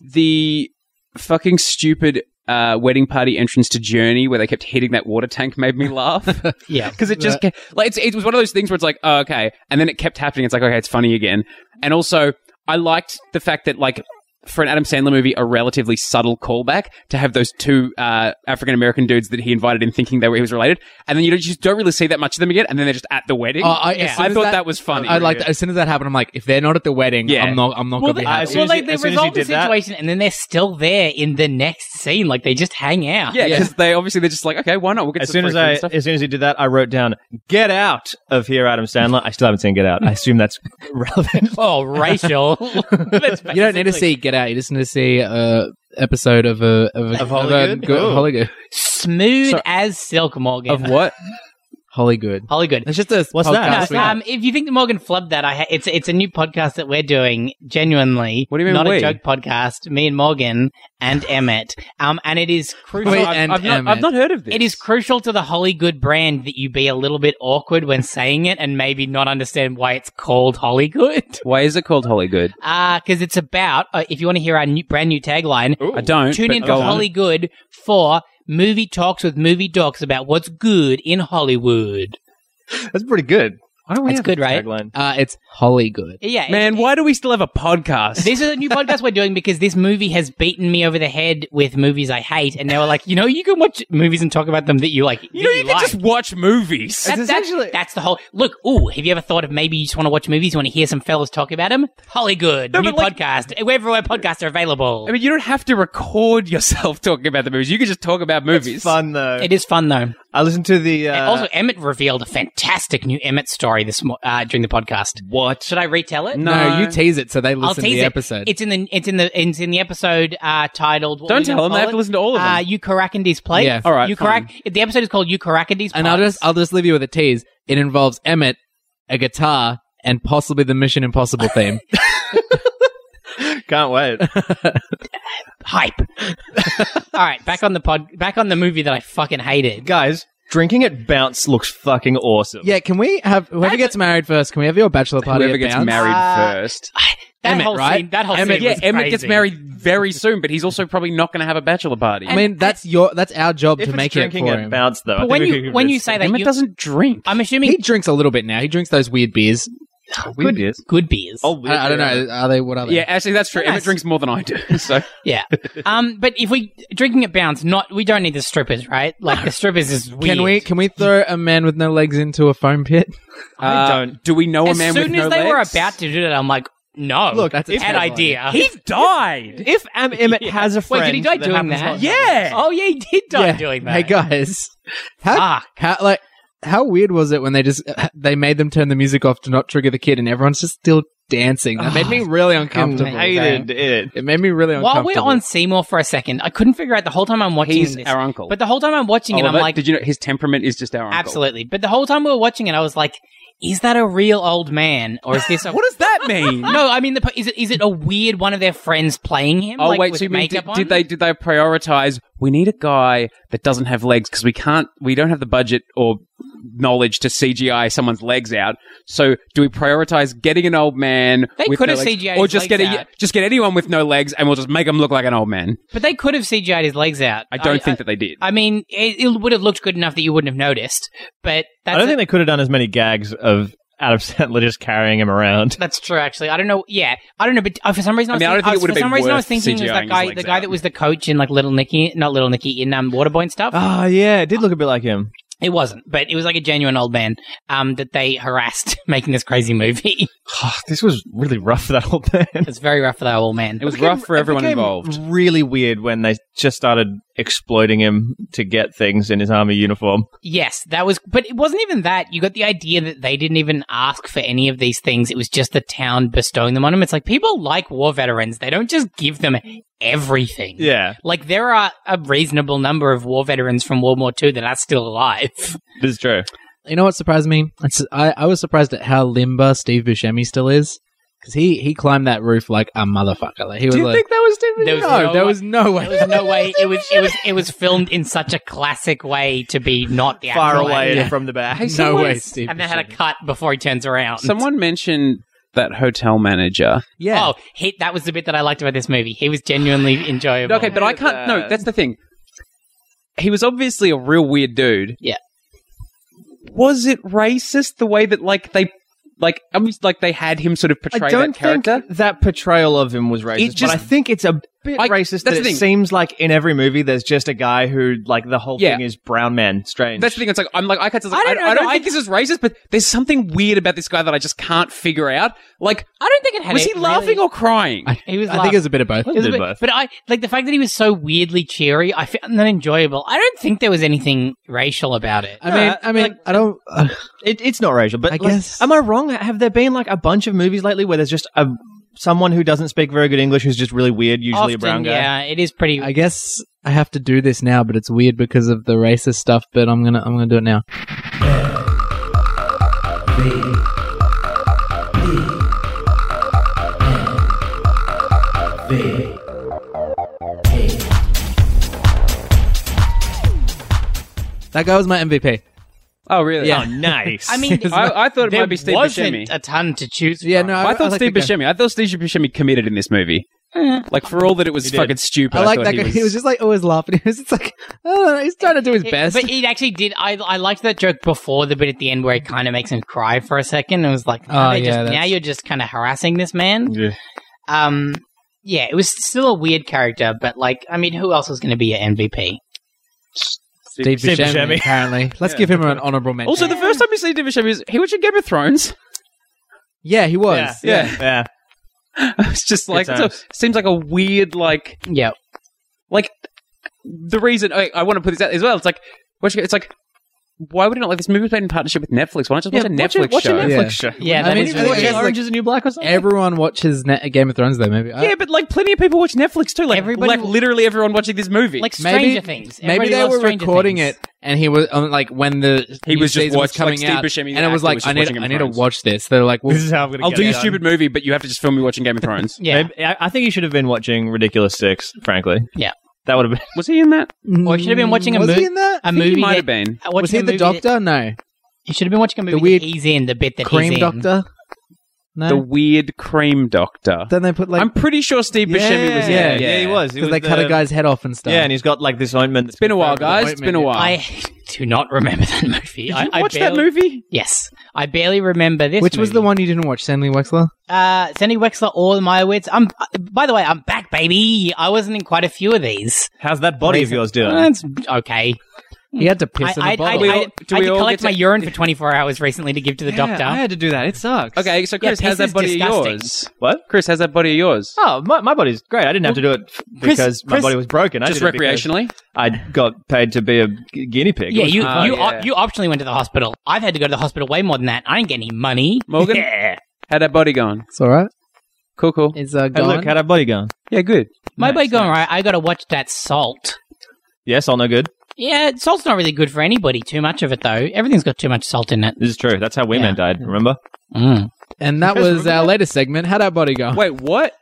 [SPEAKER 3] the fucking stupid uh, wedding party entrance to Journey, where they kept hitting that water tank, made me laugh.
[SPEAKER 4] yeah.
[SPEAKER 3] because it just kept, like it's, it was one of those things where it's like oh, okay, and then it kept happening. It's like okay, it's funny again, and also I liked the fact that like for an Adam Sandler movie, a relatively subtle callback to have those two uh, African American dudes that he invited in, thinking they were he was related, and then you don't- you just don't really see that much of them again, and then they're just at the wedding.
[SPEAKER 1] Oh, I, as
[SPEAKER 4] Yeah.
[SPEAKER 1] soon
[SPEAKER 3] I
[SPEAKER 1] as
[SPEAKER 3] thought that, was funny.
[SPEAKER 1] I like that. as soon as that happened, I'm like, if they're not at the wedding,
[SPEAKER 3] Yeah.
[SPEAKER 1] I'm not. I'm not
[SPEAKER 4] Well,
[SPEAKER 1] gonna
[SPEAKER 4] they,
[SPEAKER 1] be
[SPEAKER 2] Uh,
[SPEAKER 1] happy.
[SPEAKER 2] as soon
[SPEAKER 4] well,
[SPEAKER 2] as
[SPEAKER 4] they,
[SPEAKER 2] you-
[SPEAKER 4] they
[SPEAKER 2] as soon as you
[SPEAKER 4] resolve the
[SPEAKER 2] did that-
[SPEAKER 4] situation, and then they're still there in the next scene. Like they just hang out.
[SPEAKER 3] yeah, because they obviously they're just like okay, why not? We'll get
[SPEAKER 2] as
[SPEAKER 3] some
[SPEAKER 2] soon as
[SPEAKER 3] free food
[SPEAKER 2] I,
[SPEAKER 3] and stuff.
[SPEAKER 2] as soon as he did that, I wrote down "Get out of here, Adam Sandler." I still haven't seen "Get Out." I assume that's relevant.
[SPEAKER 4] Oh, racial. That's
[SPEAKER 1] you don't need to
[SPEAKER 4] basically-
[SPEAKER 1] see Get Out. You just need to see a episode of a of a
[SPEAKER 2] Of
[SPEAKER 1] a
[SPEAKER 2] Hollygood?
[SPEAKER 1] good
[SPEAKER 2] Oh.
[SPEAKER 1] Hollygood.
[SPEAKER 4] smooth
[SPEAKER 3] So-
[SPEAKER 4] as silk, Morgan.
[SPEAKER 3] of what?
[SPEAKER 1] Hollygood.
[SPEAKER 4] Hollywood.
[SPEAKER 1] It's just a
[SPEAKER 2] What's
[SPEAKER 1] podcast
[SPEAKER 2] that?
[SPEAKER 4] No,
[SPEAKER 2] That's
[SPEAKER 1] we-
[SPEAKER 2] weird.
[SPEAKER 4] um, if you think that Morgan flubbed that, I ha- it's it's a new podcast that we're doing. Genuinely,
[SPEAKER 3] What do you mean
[SPEAKER 4] Not
[SPEAKER 3] we?
[SPEAKER 4] a joke podcast. Me and Morgan and Emmett. Um, and it is crucial.
[SPEAKER 1] Wait,
[SPEAKER 3] I've,
[SPEAKER 1] and
[SPEAKER 3] I've not, I've
[SPEAKER 1] Emmett.
[SPEAKER 3] not heard of this.
[SPEAKER 4] it is crucial to the Hollygood brand that you be a little bit awkward when saying it and maybe not understand why it's called Hollygood.
[SPEAKER 3] Why is it called Hollygood?
[SPEAKER 4] Uh, cause it's about, uh, if you want to hear our new, brand new tagline,
[SPEAKER 3] I don't.
[SPEAKER 4] Tune
[SPEAKER 3] but
[SPEAKER 4] in to
[SPEAKER 3] go on.
[SPEAKER 4] Hollygood for movie talks with movie docs about what's good in Hollywood.
[SPEAKER 2] That's pretty good. Why don't we
[SPEAKER 4] That's
[SPEAKER 2] have
[SPEAKER 4] good,
[SPEAKER 2] this
[SPEAKER 4] right?
[SPEAKER 2] tagline?
[SPEAKER 1] Uh, it's Hollygood.
[SPEAKER 4] Yeah,
[SPEAKER 3] Man,
[SPEAKER 4] it-
[SPEAKER 3] why do we still have a podcast?
[SPEAKER 4] This is a new podcast we're doing because this movie has beaten me over the head with movies I hate, and they were like, you know, you can watch movies and talk about them that you like.
[SPEAKER 3] you know,
[SPEAKER 4] that
[SPEAKER 3] you can
[SPEAKER 4] like.
[SPEAKER 3] just watch movies.
[SPEAKER 4] That-
[SPEAKER 2] It's
[SPEAKER 4] that-
[SPEAKER 2] essentially-
[SPEAKER 4] that's the whole look. Ooh, have you ever thought of maybe you just want to watch movies? You want to hear some fellas talk about them? Hollygood,
[SPEAKER 3] No,
[SPEAKER 4] new
[SPEAKER 3] but, like-
[SPEAKER 4] podcast. Everywhere podcasts are available.
[SPEAKER 3] I mean, you don't have to record yourself talking about the movies. You can just talk about movies.
[SPEAKER 2] It's fun though.
[SPEAKER 4] it is fun though.
[SPEAKER 2] I listened to the
[SPEAKER 4] And
[SPEAKER 2] uh,
[SPEAKER 4] also, Emmett revealed a fantastic new Emmett story this mo- uh, during the podcast.
[SPEAKER 3] What?
[SPEAKER 4] Should I retell it?
[SPEAKER 3] No.
[SPEAKER 1] No, you tease it so they listen to
[SPEAKER 4] tease
[SPEAKER 1] the
[SPEAKER 4] it.
[SPEAKER 1] episode.
[SPEAKER 4] It's in the it's in the it's in the episode uh, titled. What
[SPEAKER 3] Don't
[SPEAKER 4] we gonna
[SPEAKER 3] tell them. They
[SPEAKER 4] call
[SPEAKER 3] have
[SPEAKER 4] it?
[SPEAKER 3] to listen to all of them.
[SPEAKER 4] Uh, Eucharacandes play.
[SPEAKER 1] Yeah.
[SPEAKER 3] All right,
[SPEAKER 4] Eucharac- The episode is called Eucharacandes.
[SPEAKER 1] and I'll just I'll just leave you with a tease. It involves Emmett, a guitar, and possibly the Mission Impossible theme.
[SPEAKER 2] can't wait.
[SPEAKER 4] hype. All right, back on the pod, back on the movie that I fucking hated.
[SPEAKER 2] Guys, drinking at Bounce looks fucking awesome.
[SPEAKER 1] yeah, can we have whoever gets married first? Can we have your bachelor party?
[SPEAKER 3] Whoever
[SPEAKER 1] at
[SPEAKER 3] gets
[SPEAKER 1] Bounce?
[SPEAKER 3] married
[SPEAKER 4] Uh,
[SPEAKER 3] first.
[SPEAKER 4] That
[SPEAKER 1] Emmett,
[SPEAKER 4] whole
[SPEAKER 1] right?
[SPEAKER 4] scene. That whole
[SPEAKER 1] Emmett-
[SPEAKER 4] scene.
[SPEAKER 3] Yeah,
[SPEAKER 4] was
[SPEAKER 3] Emmett
[SPEAKER 4] crazy.
[SPEAKER 3] gets married very soon, but he's also probably not going to have a bachelor party.
[SPEAKER 1] I mean, that's your that's our job
[SPEAKER 2] If
[SPEAKER 1] to
[SPEAKER 2] it's
[SPEAKER 1] make it
[SPEAKER 2] drinking
[SPEAKER 1] for
[SPEAKER 2] at
[SPEAKER 1] him.
[SPEAKER 2] Bounce though, I think
[SPEAKER 4] But when
[SPEAKER 2] we
[SPEAKER 4] you
[SPEAKER 2] could
[SPEAKER 4] when you
[SPEAKER 2] risk
[SPEAKER 4] say that,
[SPEAKER 3] Emmett
[SPEAKER 4] you,
[SPEAKER 3] doesn't drink.
[SPEAKER 4] I'm assuming
[SPEAKER 1] He drinks a little bit now. He drinks those weird beers.
[SPEAKER 3] Weird
[SPEAKER 4] good,
[SPEAKER 3] beers.
[SPEAKER 4] good beers.
[SPEAKER 2] Oh, weird.
[SPEAKER 1] I, I don't know. Are they? What are they?
[SPEAKER 3] Yeah, actually, that's true.
[SPEAKER 4] Nice.
[SPEAKER 3] Emmett drinks more than I do. So
[SPEAKER 4] Yeah. Um, but if we drinking at bounds, not we don't need the strippers, right? Like the strippers is weird.
[SPEAKER 1] Can we can we throw a man with no legs into a foam pit?
[SPEAKER 3] uh, Do we know
[SPEAKER 4] As
[SPEAKER 3] a man
[SPEAKER 4] soon
[SPEAKER 3] with no
[SPEAKER 4] as they were
[SPEAKER 3] legs?
[SPEAKER 4] about to do that, I'm like, no,
[SPEAKER 2] Look,
[SPEAKER 1] that's a
[SPEAKER 4] bad
[SPEAKER 1] terrible
[SPEAKER 4] idea.
[SPEAKER 5] He died.
[SPEAKER 2] If Am Emmett has a friend,
[SPEAKER 4] Wait, did he die doing
[SPEAKER 2] happens
[SPEAKER 4] that?
[SPEAKER 2] like
[SPEAKER 5] Yeah.
[SPEAKER 4] Oh yeah, he did die
[SPEAKER 1] Yeah.
[SPEAKER 4] doing that.
[SPEAKER 1] Hey guys, how
[SPEAKER 4] Ah.
[SPEAKER 1] how like how weird was it when they just they made them turn the music off to not trigger the kid, and everyone's just still dancing? That made me really uncomfortable.
[SPEAKER 4] amazing.
[SPEAKER 2] hated it.
[SPEAKER 1] It made me really
[SPEAKER 4] While
[SPEAKER 1] uncomfortable.
[SPEAKER 4] we're on Seymour for a second, I couldn't figure out the whole time I'm watching
[SPEAKER 3] He's
[SPEAKER 4] this.
[SPEAKER 3] our uncle.
[SPEAKER 4] but the whole time I'm watching
[SPEAKER 3] Oh,
[SPEAKER 4] it, I'm
[SPEAKER 3] that-
[SPEAKER 4] like,
[SPEAKER 3] did you know his temperament is just our uncle?
[SPEAKER 4] absolutely. But the whole time we were watching it, I was like, is that a real old man or is this a?
[SPEAKER 5] What does that mean?
[SPEAKER 4] no, I mean, the, is it is it a weird one of their friends playing him?
[SPEAKER 3] Oh
[SPEAKER 4] like,
[SPEAKER 3] wait,
[SPEAKER 4] with
[SPEAKER 3] so you mean,
[SPEAKER 4] makeup
[SPEAKER 3] did,
[SPEAKER 4] on?
[SPEAKER 3] did they did they prioritize? We need a guy that doesn't have legs because we can't. We don't have the budget or knowledge to CGI someone's legs out. So do we prioritize getting an old man?
[SPEAKER 4] They
[SPEAKER 3] with
[SPEAKER 4] could
[SPEAKER 3] no
[SPEAKER 4] have
[SPEAKER 3] legs,
[SPEAKER 4] CGI'd
[SPEAKER 3] or
[SPEAKER 4] his
[SPEAKER 3] just
[SPEAKER 4] legs
[SPEAKER 3] get a,
[SPEAKER 4] out.
[SPEAKER 3] just get anyone with no legs, and we'll just make him look like an old man.
[SPEAKER 4] But they could have CGI'd his legs out.
[SPEAKER 3] I don't think that they did.
[SPEAKER 4] I mean, it, it would have looked good enough that you wouldn't have noticed. But that's
[SPEAKER 2] I don't
[SPEAKER 4] a-
[SPEAKER 2] think they could have done as many gags of Adam Sandler just carrying him around.
[SPEAKER 4] that's true. Actually, I don't know. Yeah, I don't know. But uh, for some reason,
[SPEAKER 3] I
[SPEAKER 4] I, was
[SPEAKER 3] mean, I don't
[SPEAKER 4] thinking,
[SPEAKER 3] think it
[SPEAKER 4] was-
[SPEAKER 3] would have
[SPEAKER 4] for some
[SPEAKER 3] been
[SPEAKER 4] reason I was
[SPEAKER 3] worth
[SPEAKER 4] thinking it was
[SPEAKER 3] CGIing
[SPEAKER 4] that
[SPEAKER 3] his
[SPEAKER 4] guy, the
[SPEAKER 3] legs
[SPEAKER 4] guy
[SPEAKER 3] out.
[SPEAKER 4] that was the coach in like Little Nicky, not Little Nicky, in um, Waterboy and
[SPEAKER 3] Uh-huh.
[SPEAKER 4] stuff.
[SPEAKER 2] Ah, yeah, it did look a bit like him.
[SPEAKER 4] it wasn't, but it was like a genuine old man um, that they harassed making this crazy movie.
[SPEAKER 2] this was really rough for that old man.
[SPEAKER 4] it's very rough for that old man.
[SPEAKER 3] It was rough for
[SPEAKER 2] It
[SPEAKER 3] everyone
[SPEAKER 2] became
[SPEAKER 3] involved.
[SPEAKER 2] Really weird when they just started exploiting him to get things in his army uniform.
[SPEAKER 4] Yes, that was, but it wasn't even that. You got the idea that they didn't even ask for any of these things. It was just the town bestowing them on them. It's like people like war veterans. They don't just give them everything.
[SPEAKER 2] Yeah,
[SPEAKER 4] Like there are a reasonable number of war veterans from World War II that are still alive.
[SPEAKER 2] this is true.
[SPEAKER 1] You know what surprised me? It's, I, I was surprised at how limber Steve Buscemi still is. Because he, he climbed that roof like a motherfucker. Like, he was like,
[SPEAKER 2] that was Steve?
[SPEAKER 4] There was
[SPEAKER 1] no, there
[SPEAKER 4] way-
[SPEAKER 1] was no way.
[SPEAKER 4] There was no way. It was. It was. It was filmed in such a classic way to be not the
[SPEAKER 2] Far
[SPEAKER 4] actual
[SPEAKER 2] away
[SPEAKER 4] actor.
[SPEAKER 2] from the back.
[SPEAKER 3] Hey,
[SPEAKER 1] no
[SPEAKER 3] someone-
[SPEAKER 1] way, Steve.
[SPEAKER 4] And they had a
[SPEAKER 1] Buscemi.
[SPEAKER 4] cut before he turns around.
[SPEAKER 3] Someone mentioned that hotel manager.
[SPEAKER 1] yeah.
[SPEAKER 4] Oh, he, that was the bit that I liked about this movie. He was genuinely enjoyable.
[SPEAKER 3] Okay, but I can't. No,
[SPEAKER 2] that.
[SPEAKER 3] that's the thing. He was obviously a real weird dude.
[SPEAKER 4] Yeah.
[SPEAKER 3] Was it racist the way that like they like I mean, like they had him sort of portray
[SPEAKER 2] I don't
[SPEAKER 3] that character?
[SPEAKER 2] think that portrayal of him was racist,
[SPEAKER 3] just-
[SPEAKER 2] but I think it's a bit
[SPEAKER 3] I-
[SPEAKER 2] racist
[SPEAKER 3] that's
[SPEAKER 2] that
[SPEAKER 3] the
[SPEAKER 2] it
[SPEAKER 3] thing.
[SPEAKER 2] seems like in every movie there's just a guy who like the whole
[SPEAKER 3] Yeah.
[SPEAKER 2] thing is brown man strange.
[SPEAKER 3] That's the thing. It's like I'm like I, can't, I,
[SPEAKER 4] I don't
[SPEAKER 3] don't,
[SPEAKER 4] know
[SPEAKER 3] I don't
[SPEAKER 4] that
[SPEAKER 3] think this is racist, but there's something weird about this guy that I just can't figure out. Like,
[SPEAKER 4] I don't think it had.
[SPEAKER 3] was he laughing or crying?
[SPEAKER 1] I,
[SPEAKER 4] He was
[SPEAKER 1] I think
[SPEAKER 4] laugh-
[SPEAKER 1] it was a bit of both.
[SPEAKER 2] It
[SPEAKER 4] It was a
[SPEAKER 2] did
[SPEAKER 4] bit-
[SPEAKER 2] both.
[SPEAKER 4] But I like the fact that he was so weirdly cheery. I found that enjoyable. I don't think there was anything racial about it.
[SPEAKER 1] I mean, I mean, I don't. Uh,
[SPEAKER 2] It, it's not racial, but
[SPEAKER 1] I
[SPEAKER 2] like,
[SPEAKER 1] guess-
[SPEAKER 2] am I wrong? Have there been like a bunch of movies lately where there's just a someone who doesn't speak very good English who's just really weird, usually
[SPEAKER 4] Often,
[SPEAKER 2] a brown guy?
[SPEAKER 4] yeah, it is pretty.
[SPEAKER 1] I guess I have to do this now, but it's weird because of the racist stuff. But I'm gonna, I'm gonna do it now. That guy was my MVP.
[SPEAKER 3] oh, really?
[SPEAKER 2] Oh, nice.
[SPEAKER 4] I mean,
[SPEAKER 3] I, I thought it
[SPEAKER 4] there
[SPEAKER 3] might be Steve
[SPEAKER 4] wasn't
[SPEAKER 3] Buscemi.
[SPEAKER 4] a ton to choose.
[SPEAKER 1] Yeah,
[SPEAKER 4] from.
[SPEAKER 1] no,
[SPEAKER 3] I,
[SPEAKER 1] I,
[SPEAKER 3] thought
[SPEAKER 1] I like
[SPEAKER 3] Steve
[SPEAKER 1] the guy.
[SPEAKER 3] Buscemi. I thought Steve Buscemi committed in this movie. Like for all that it was
[SPEAKER 2] did.
[SPEAKER 3] fucking stupid.
[SPEAKER 1] I like
[SPEAKER 3] thought
[SPEAKER 1] that guy. He was just like always laughing. He was just like, oh, he's trying to do his
[SPEAKER 4] It-
[SPEAKER 1] best.
[SPEAKER 4] but it actually did. I I liked that joke before the bit at the end where it kind of makes him cry for a second. It was like, now
[SPEAKER 1] Oh,
[SPEAKER 4] they're
[SPEAKER 1] yeah,
[SPEAKER 4] just, now
[SPEAKER 1] that's-
[SPEAKER 4] you're just kind of harassing this man.
[SPEAKER 2] Yeah.
[SPEAKER 4] Um, yeah, it was still a weird character, but like, I mean, who else was going to be your MVP?
[SPEAKER 1] Steve, Buscemi,
[SPEAKER 2] Steve Buscemi.
[SPEAKER 1] apparently. Let's give him an honourable mention.
[SPEAKER 3] also, the first time you see Steve Buscemi is he was in Game of Thrones.
[SPEAKER 1] yeah, he was.
[SPEAKER 2] yeah,
[SPEAKER 3] Yeah.
[SPEAKER 2] yeah.
[SPEAKER 3] it's just like
[SPEAKER 2] Good
[SPEAKER 3] so,
[SPEAKER 2] times.
[SPEAKER 3] seems like a weird like
[SPEAKER 4] Yeah,
[SPEAKER 3] like the reason I, I want to put this out as well. It's like what you- it's like why would you not like this movie was made in partnership with Netflix? Why don't you just watch a Netflix
[SPEAKER 2] watch
[SPEAKER 3] show?
[SPEAKER 2] a Netflix show.
[SPEAKER 4] yeah,
[SPEAKER 1] I
[SPEAKER 4] that
[SPEAKER 1] mean,
[SPEAKER 4] is
[SPEAKER 1] I
[SPEAKER 4] weird.
[SPEAKER 1] think it's like-
[SPEAKER 2] Orange is the New Black or something?
[SPEAKER 1] Everyone watches Net- Game of Thrones, though. Maybe. uh, I-
[SPEAKER 3] Yeah, but like plenty of people watch Netflix too. Like
[SPEAKER 4] Everybody-
[SPEAKER 3] like literally everyone watching this movie.
[SPEAKER 4] like
[SPEAKER 1] maybe-
[SPEAKER 4] Stranger Things.
[SPEAKER 1] maybe
[SPEAKER 4] Everybody
[SPEAKER 1] they
[SPEAKER 4] loves
[SPEAKER 1] were
[SPEAKER 4] Stranger
[SPEAKER 1] recording
[SPEAKER 4] Things.
[SPEAKER 1] it, and he was um, like, when the
[SPEAKER 3] He
[SPEAKER 1] new
[SPEAKER 3] was just
[SPEAKER 1] season
[SPEAKER 3] watch- like
[SPEAKER 1] coming
[SPEAKER 3] Steve
[SPEAKER 1] out,
[SPEAKER 3] Buscemi, the
[SPEAKER 1] and it was
[SPEAKER 3] actor,
[SPEAKER 1] like,
[SPEAKER 3] was just
[SPEAKER 1] I need,
[SPEAKER 3] watching
[SPEAKER 1] I need to
[SPEAKER 3] Thrones.
[SPEAKER 1] watch this. They're like, well,
[SPEAKER 2] This is how I'm gonna.
[SPEAKER 3] I'll
[SPEAKER 2] get
[SPEAKER 3] do
[SPEAKER 2] it
[SPEAKER 3] your
[SPEAKER 2] done.
[SPEAKER 3] stupid movie, but you have to just film me watching Game of Thrones.
[SPEAKER 4] Yeah,
[SPEAKER 2] Maybe- I, I think you should have been watching Ridiculous Six. Frankly,
[SPEAKER 4] Yeah.
[SPEAKER 2] that would have been.
[SPEAKER 3] Was he in that?
[SPEAKER 4] Or should have been watching a
[SPEAKER 1] was
[SPEAKER 4] movie-
[SPEAKER 1] He in that?
[SPEAKER 4] a
[SPEAKER 3] He
[SPEAKER 4] movie.
[SPEAKER 3] might
[SPEAKER 4] that-
[SPEAKER 3] have been.
[SPEAKER 4] uh, watching
[SPEAKER 1] Was he
[SPEAKER 4] a
[SPEAKER 1] the
[SPEAKER 4] movie that-
[SPEAKER 1] doctor? No,
[SPEAKER 4] You should have been watching a movie.
[SPEAKER 1] weird
[SPEAKER 4] that he's in the bit that
[SPEAKER 1] cream
[SPEAKER 4] he's in.
[SPEAKER 1] doctor. No.
[SPEAKER 3] The weird cream doctor.
[SPEAKER 1] then they put like
[SPEAKER 3] I'm pretty sure Steve Buscemi was
[SPEAKER 1] Yeah.
[SPEAKER 3] there.
[SPEAKER 2] yeah, he was. He
[SPEAKER 1] because
[SPEAKER 2] was
[SPEAKER 1] they cut
[SPEAKER 2] the-
[SPEAKER 1] a guy's head off and stuff.
[SPEAKER 2] Yeah, and he's got like this ointment.
[SPEAKER 3] It's been a while, guys. It's been a while.
[SPEAKER 4] I do not remember that movie.
[SPEAKER 3] Did
[SPEAKER 4] I,
[SPEAKER 3] you
[SPEAKER 4] I
[SPEAKER 3] watch
[SPEAKER 4] barely-
[SPEAKER 3] that movie?
[SPEAKER 4] Yes, I barely remember this.
[SPEAKER 1] Which was the
[SPEAKER 4] movie.
[SPEAKER 1] one you didn't watch, Stanley Wexler?
[SPEAKER 4] Uh, Sandy Wexler or Meyerowitz. I'm. uh, By the way, I'm back, baby. I wasn't in quite a few of these.
[SPEAKER 2] How's that body of yours doing?
[SPEAKER 4] That's okay.
[SPEAKER 1] He had to
[SPEAKER 4] Hmm. I,
[SPEAKER 1] piss in
[SPEAKER 4] I,
[SPEAKER 1] a
[SPEAKER 4] I, I,
[SPEAKER 1] bottle.
[SPEAKER 3] Do we all- do
[SPEAKER 4] I
[SPEAKER 3] we
[SPEAKER 4] did
[SPEAKER 3] all
[SPEAKER 4] collect
[SPEAKER 3] get
[SPEAKER 4] my
[SPEAKER 3] to-
[SPEAKER 4] urine for 24 hours recently to give to the doctor.
[SPEAKER 5] I had to do that. It sucks.
[SPEAKER 3] Okay, so
[SPEAKER 4] Yeah,
[SPEAKER 3] Chris, how's
[SPEAKER 4] piss
[SPEAKER 3] that
[SPEAKER 4] is
[SPEAKER 3] body of
[SPEAKER 4] disgusting.
[SPEAKER 3] yours?
[SPEAKER 2] What?
[SPEAKER 3] Chris, how's that body of yours?
[SPEAKER 2] Oh, my, my body's great. I didn't have to do it f-
[SPEAKER 4] Chris-
[SPEAKER 2] because my
[SPEAKER 4] Chris-
[SPEAKER 2] body was broken. I
[SPEAKER 3] Just
[SPEAKER 2] did it because
[SPEAKER 3] recreationally?
[SPEAKER 2] I got paid to be a gu- guinea pig.
[SPEAKER 4] yeah,
[SPEAKER 2] It was-
[SPEAKER 4] you
[SPEAKER 3] Oh,
[SPEAKER 4] you
[SPEAKER 3] yeah.
[SPEAKER 4] Op- you optionally went to the hospital. I've had to go to the hospital way more than that. I didn't get any money.
[SPEAKER 3] Morgan?
[SPEAKER 4] Yeah.
[SPEAKER 3] How'd that body gone?
[SPEAKER 1] it's all right.
[SPEAKER 3] Cool, cool.
[SPEAKER 1] It's uh,
[SPEAKER 2] Hey,
[SPEAKER 1] gone.
[SPEAKER 2] look, how'd our body gone?
[SPEAKER 3] Yeah, good.
[SPEAKER 4] my
[SPEAKER 3] Nice,
[SPEAKER 4] way going
[SPEAKER 3] nice.
[SPEAKER 4] right. I got to watch that salt.
[SPEAKER 2] Yes, all no good.
[SPEAKER 4] Yeah, salt's not really good for anybody. Too much of it though. Everything's got too much salt in it.
[SPEAKER 2] This is true. That's how we
[SPEAKER 4] Yeah.
[SPEAKER 2] men died. Remember?
[SPEAKER 4] Mm.
[SPEAKER 1] and that
[SPEAKER 2] Chris,
[SPEAKER 1] was our latest segment. How'd our body go?
[SPEAKER 3] Wait, what?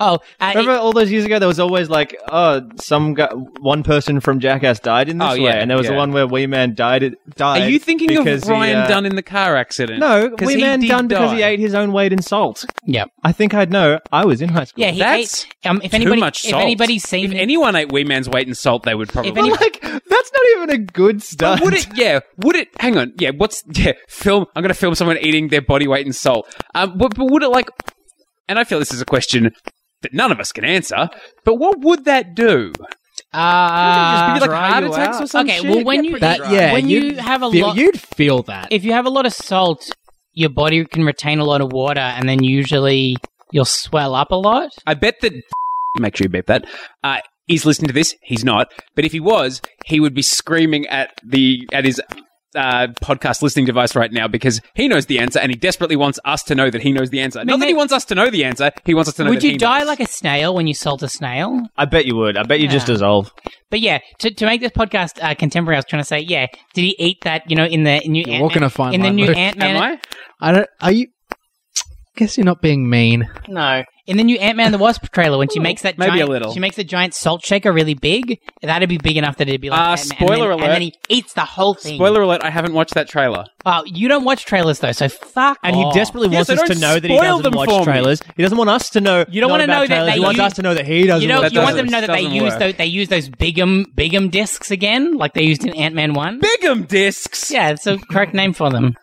[SPEAKER 4] Oh, uh,
[SPEAKER 2] Remember all those years ago? There was always like, oh, some guy, one person from Jackass died in this
[SPEAKER 3] Oh,
[SPEAKER 2] way,
[SPEAKER 3] yeah,
[SPEAKER 2] and there was the
[SPEAKER 3] yeah.
[SPEAKER 2] one where we man died. It, died.
[SPEAKER 3] Are you thinking of
[SPEAKER 2] because he,
[SPEAKER 3] Ryan
[SPEAKER 2] uh,
[SPEAKER 3] Dunn in the car accident?
[SPEAKER 2] No,
[SPEAKER 3] 'Cause
[SPEAKER 2] we
[SPEAKER 3] he
[SPEAKER 2] man
[SPEAKER 3] did
[SPEAKER 2] Dunn because
[SPEAKER 3] die.
[SPEAKER 2] he ate his own weight in salt.
[SPEAKER 4] Yep.
[SPEAKER 2] I think I'd know. I was in high school.
[SPEAKER 4] Yeah, he
[SPEAKER 3] That's
[SPEAKER 4] ate. Um, if
[SPEAKER 3] too
[SPEAKER 4] anybody,
[SPEAKER 3] much
[SPEAKER 4] if
[SPEAKER 3] salt.
[SPEAKER 4] anybody's seen,
[SPEAKER 3] If anyone ate Wee Man's weight and salt, they would probably.
[SPEAKER 4] any-
[SPEAKER 2] Well, like that's not even a good start.
[SPEAKER 3] But would it? Yeah. Would it? Hang on. Yeah. What's? Yeah. Film. I'm going to film someone eating their body weight in salt. Um. But, but would it like? And I feel this is a question that none of us can answer. But what would that do?
[SPEAKER 4] uh,
[SPEAKER 3] Just be like
[SPEAKER 2] dry
[SPEAKER 3] heart
[SPEAKER 2] you
[SPEAKER 3] attacks
[SPEAKER 2] out.
[SPEAKER 3] or something.
[SPEAKER 4] okay, well, when you
[SPEAKER 1] That yeah,
[SPEAKER 4] when
[SPEAKER 1] you'd
[SPEAKER 4] you have a
[SPEAKER 1] feel,
[SPEAKER 4] lot,
[SPEAKER 1] you'd feel that.
[SPEAKER 4] if you have a lot of salt, your body can retain a lot of water, and then usually you'll swell up a lot.
[SPEAKER 3] I bet that. Make sure you beep that. Uh, he's listening to this. He's not. But if he was, he would be screaming at the at his uh, podcast listening device right now because he knows the answer and he desperately wants us to know that he knows the answer. not that he
[SPEAKER 4] they-
[SPEAKER 3] wants us to know the answer. He wants us to know.
[SPEAKER 4] Would
[SPEAKER 3] that
[SPEAKER 4] you
[SPEAKER 3] he
[SPEAKER 4] die
[SPEAKER 3] knows.
[SPEAKER 4] like a snail when you salt a snail?
[SPEAKER 2] I bet you would. I bet you just
[SPEAKER 4] Yeah.
[SPEAKER 2] dissolve.
[SPEAKER 4] But yeah, to, to make this podcast uh, contemporary, I was trying to say, yeah, did he eat that? You know, in the new
[SPEAKER 1] You're
[SPEAKER 4] Ant-Man-
[SPEAKER 1] walking a fine
[SPEAKER 4] in the
[SPEAKER 1] line,
[SPEAKER 4] new
[SPEAKER 1] Luke.
[SPEAKER 4] Ant
[SPEAKER 3] Am
[SPEAKER 4] Man.
[SPEAKER 3] I?
[SPEAKER 1] I don't. Are you? Guess you're not being mean.
[SPEAKER 4] No, in the new Ant Man the Wasp trailer, when she makes that
[SPEAKER 3] maybe a
[SPEAKER 4] giant,
[SPEAKER 3] little.
[SPEAKER 4] she makes the giant salt shaker really big. That'd be big enough that it'd be like
[SPEAKER 3] Uh,
[SPEAKER 4] Ant-Man, and
[SPEAKER 3] spoiler
[SPEAKER 4] then-
[SPEAKER 3] alert.
[SPEAKER 4] and then he eats the whole thing.
[SPEAKER 3] Spoiler alert! I haven't watched that trailer.
[SPEAKER 4] Oh, you don't watch trailers though, so fuck.
[SPEAKER 2] And
[SPEAKER 4] off.
[SPEAKER 2] he desperately
[SPEAKER 3] Oh. Yeah,
[SPEAKER 2] wants
[SPEAKER 3] so
[SPEAKER 2] us to
[SPEAKER 3] don't
[SPEAKER 2] know that he
[SPEAKER 3] spoil
[SPEAKER 2] doesn't
[SPEAKER 3] them for
[SPEAKER 2] watch
[SPEAKER 3] me.
[SPEAKER 2] trailers. He doesn't want us to know.
[SPEAKER 4] You don't
[SPEAKER 2] want to
[SPEAKER 4] wanna know that
[SPEAKER 2] trailers.
[SPEAKER 4] they
[SPEAKER 2] He wants
[SPEAKER 4] use-
[SPEAKER 2] us to know that he doesn't.
[SPEAKER 4] You know,
[SPEAKER 2] watch
[SPEAKER 3] That
[SPEAKER 4] you want them
[SPEAKER 3] doesn't-
[SPEAKER 4] to know that they
[SPEAKER 3] doesn't
[SPEAKER 4] use
[SPEAKER 3] work.
[SPEAKER 4] those. They use those bigum bigum discs again, like they used in Ant Man One.
[SPEAKER 3] Bigum discs.
[SPEAKER 4] Yeah, it's a correct name for them.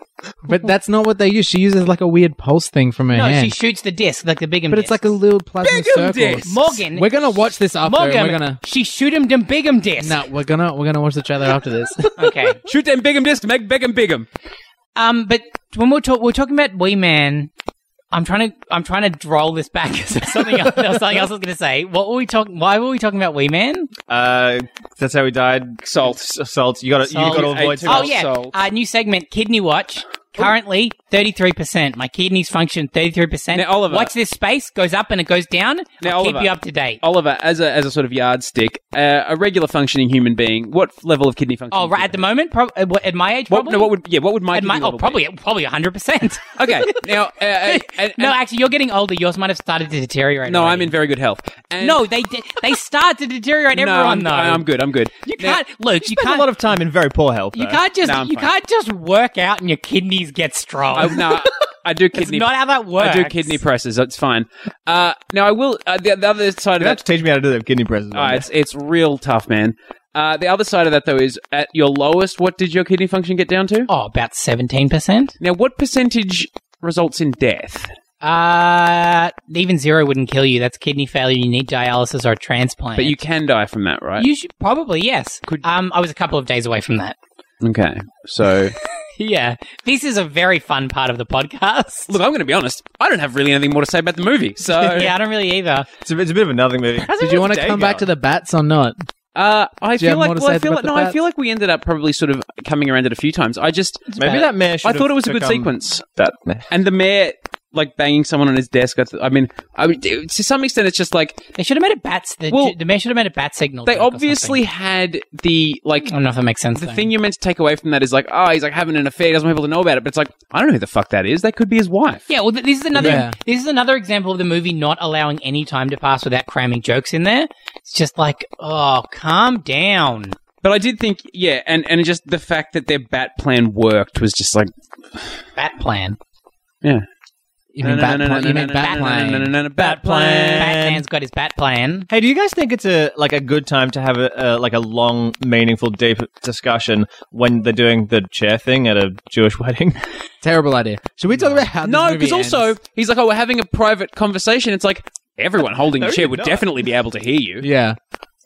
[SPEAKER 1] But that's not what they use. She uses like a weird pulse thing from her
[SPEAKER 4] No, she
[SPEAKER 1] hand.
[SPEAKER 4] shoots the disc like the bigum.
[SPEAKER 1] but it's like a little plasma
[SPEAKER 3] Bigum
[SPEAKER 1] circle.
[SPEAKER 3] discs.
[SPEAKER 4] Morgan.
[SPEAKER 1] We're gonna watch this after. and
[SPEAKER 4] Morgan.
[SPEAKER 1] We're gonna.
[SPEAKER 4] She shoot him them bigum disc.
[SPEAKER 1] No, we're gonna we're gonna watch the trailer after this.
[SPEAKER 4] Okay.
[SPEAKER 3] Shoot them bigum discs. Make bigum bigum.
[SPEAKER 4] Um, but when we're, talk- we're talking about Wee Man, I'm trying to I'm trying to roll this back. So something else, there was something else I was going to say. What were we talking? Why were we talking about Wee Man?
[SPEAKER 2] Uh, that's how he died. Salt, salt. You got to, you
[SPEAKER 4] Salt.
[SPEAKER 2] got to avoid
[SPEAKER 3] Ate too
[SPEAKER 2] salt.
[SPEAKER 4] Oh
[SPEAKER 3] much.
[SPEAKER 4] yeah,
[SPEAKER 3] So-
[SPEAKER 4] uh, new segment, Kidney Watch. Currently, thirty-three percent. My kidneys function thirty-three percent.
[SPEAKER 3] Now, Oliver-
[SPEAKER 4] watch this space goes up and it goes down.
[SPEAKER 3] Now,
[SPEAKER 4] I'll
[SPEAKER 3] Oliver- Oh,
[SPEAKER 4] keep you up to date.
[SPEAKER 3] Oliver, as a as a sort of yardstick, uh, a regular functioning human being, what level of kidney function?
[SPEAKER 4] Oh, right at the moment, prob- uh, what- at my age,
[SPEAKER 3] What,
[SPEAKER 4] probably.
[SPEAKER 3] no, what would yeah? What would my
[SPEAKER 4] At
[SPEAKER 3] kidney
[SPEAKER 4] my, oh,
[SPEAKER 3] level be?
[SPEAKER 4] probably probably hundred percent.
[SPEAKER 3] Okay, now uh, uh, and-
[SPEAKER 4] No,
[SPEAKER 3] and-
[SPEAKER 4] actually, you're getting older. Yours might have started to deteriorate.
[SPEAKER 3] no, I'm
[SPEAKER 4] already.
[SPEAKER 3] in very good health. And
[SPEAKER 4] No, they di- they start to deteriorate.
[SPEAKER 3] no, I'm,
[SPEAKER 4] everyone though.
[SPEAKER 3] I'm good. I'm good.
[SPEAKER 4] You can't, Luke. You
[SPEAKER 2] Spend
[SPEAKER 4] can't.
[SPEAKER 2] a lot of time in very poor health.
[SPEAKER 4] you
[SPEAKER 2] though.
[SPEAKER 4] can't just.
[SPEAKER 3] No, I'm
[SPEAKER 4] you
[SPEAKER 3] fine.
[SPEAKER 4] can't just work out and your kidneys get strong.
[SPEAKER 3] I, no, I do
[SPEAKER 4] It's
[SPEAKER 3] kidney.
[SPEAKER 4] not how that works.
[SPEAKER 3] I do kidney presses. That's fine. Uh, now I will. Uh, the, the other side of
[SPEAKER 2] You have
[SPEAKER 3] that
[SPEAKER 2] to teach me how to do the kidney presses.
[SPEAKER 3] Oh, it's it's real tough, man. Uh, the other side of that though is at your lowest, what did your kidney function get down to?
[SPEAKER 4] Oh, about seventeen percent.
[SPEAKER 3] Now, what percentage results in death?
[SPEAKER 4] Uh even zero wouldn't kill you. That's kidney failure. You need dialysis or a transplant.
[SPEAKER 3] But you can die from that, right?
[SPEAKER 4] you should probably yes.
[SPEAKER 3] Could-
[SPEAKER 4] um, I was a couple of days away from that.
[SPEAKER 3] okay, so
[SPEAKER 4] Yeah, this is a very fun part of the podcast.
[SPEAKER 3] look, I'm going to be honest. I don't have really anything more to say about the movie. So
[SPEAKER 4] yeah, I don't really either.
[SPEAKER 2] it's, a, it's a bit of a nothing movie.
[SPEAKER 1] Did you want to come back to the bats or not?
[SPEAKER 3] uh, I
[SPEAKER 1] Do you
[SPEAKER 3] feel
[SPEAKER 1] have
[SPEAKER 3] like
[SPEAKER 1] more to
[SPEAKER 3] well, I
[SPEAKER 1] say
[SPEAKER 3] feel
[SPEAKER 1] about
[SPEAKER 3] like
[SPEAKER 1] the
[SPEAKER 3] no, I
[SPEAKER 1] bats?
[SPEAKER 3] feel like we ended up probably sort of coming around it a few times. I just
[SPEAKER 2] Maybe that man.
[SPEAKER 3] I thought it was a good sequence.
[SPEAKER 2] That
[SPEAKER 3] And the mayor, like banging someone on his desk. I, th- I mean, I mean, to some extent, it's just like
[SPEAKER 4] They should have made a bats. The,
[SPEAKER 3] Well,
[SPEAKER 4] the mayor should have made a bat signal.
[SPEAKER 3] they
[SPEAKER 4] joke or
[SPEAKER 3] obviously had the like.
[SPEAKER 4] something. I don't know if that makes sense.
[SPEAKER 3] The
[SPEAKER 4] though.
[SPEAKER 3] thing you're meant to take away from that is like, oh, he's like having an affair. He doesn't want people to know about it. But it's like, I don't know who the fuck that is. That could be his wife.
[SPEAKER 4] Yeah, well, th- this is another
[SPEAKER 1] Yeah.
[SPEAKER 4] this is another example of the movie not allowing any time to pass without cramming jokes in there. It's just like, oh, calm down.
[SPEAKER 3] But I did think, yeah, and and just the fact that their bat plan worked was just like,
[SPEAKER 4] Bat plan.
[SPEAKER 3] Yeah.
[SPEAKER 1] You mean bat? pla- You mean bat plane?
[SPEAKER 3] Bat
[SPEAKER 2] plan.
[SPEAKER 4] Batman's got his bat plan.
[SPEAKER 2] Hey, do you guys think it's a like a good time to have a, a like a long, meaningful, deep discussion when they're doing the chair thing at a Jewish wedding?
[SPEAKER 1] Terrible idea. Should we talk about how? this
[SPEAKER 3] No,
[SPEAKER 1] movie
[SPEAKER 3] because also
[SPEAKER 1] ends?
[SPEAKER 3] he's like, oh, we're having a private conversation. It's like everyone holding
[SPEAKER 2] No,
[SPEAKER 3] the chair
[SPEAKER 2] you're
[SPEAKER 3] would
[SPEAKER 2] not.
[SPEAKER 3] definitely be able to hear you.
[SPEAKER 1] yeah.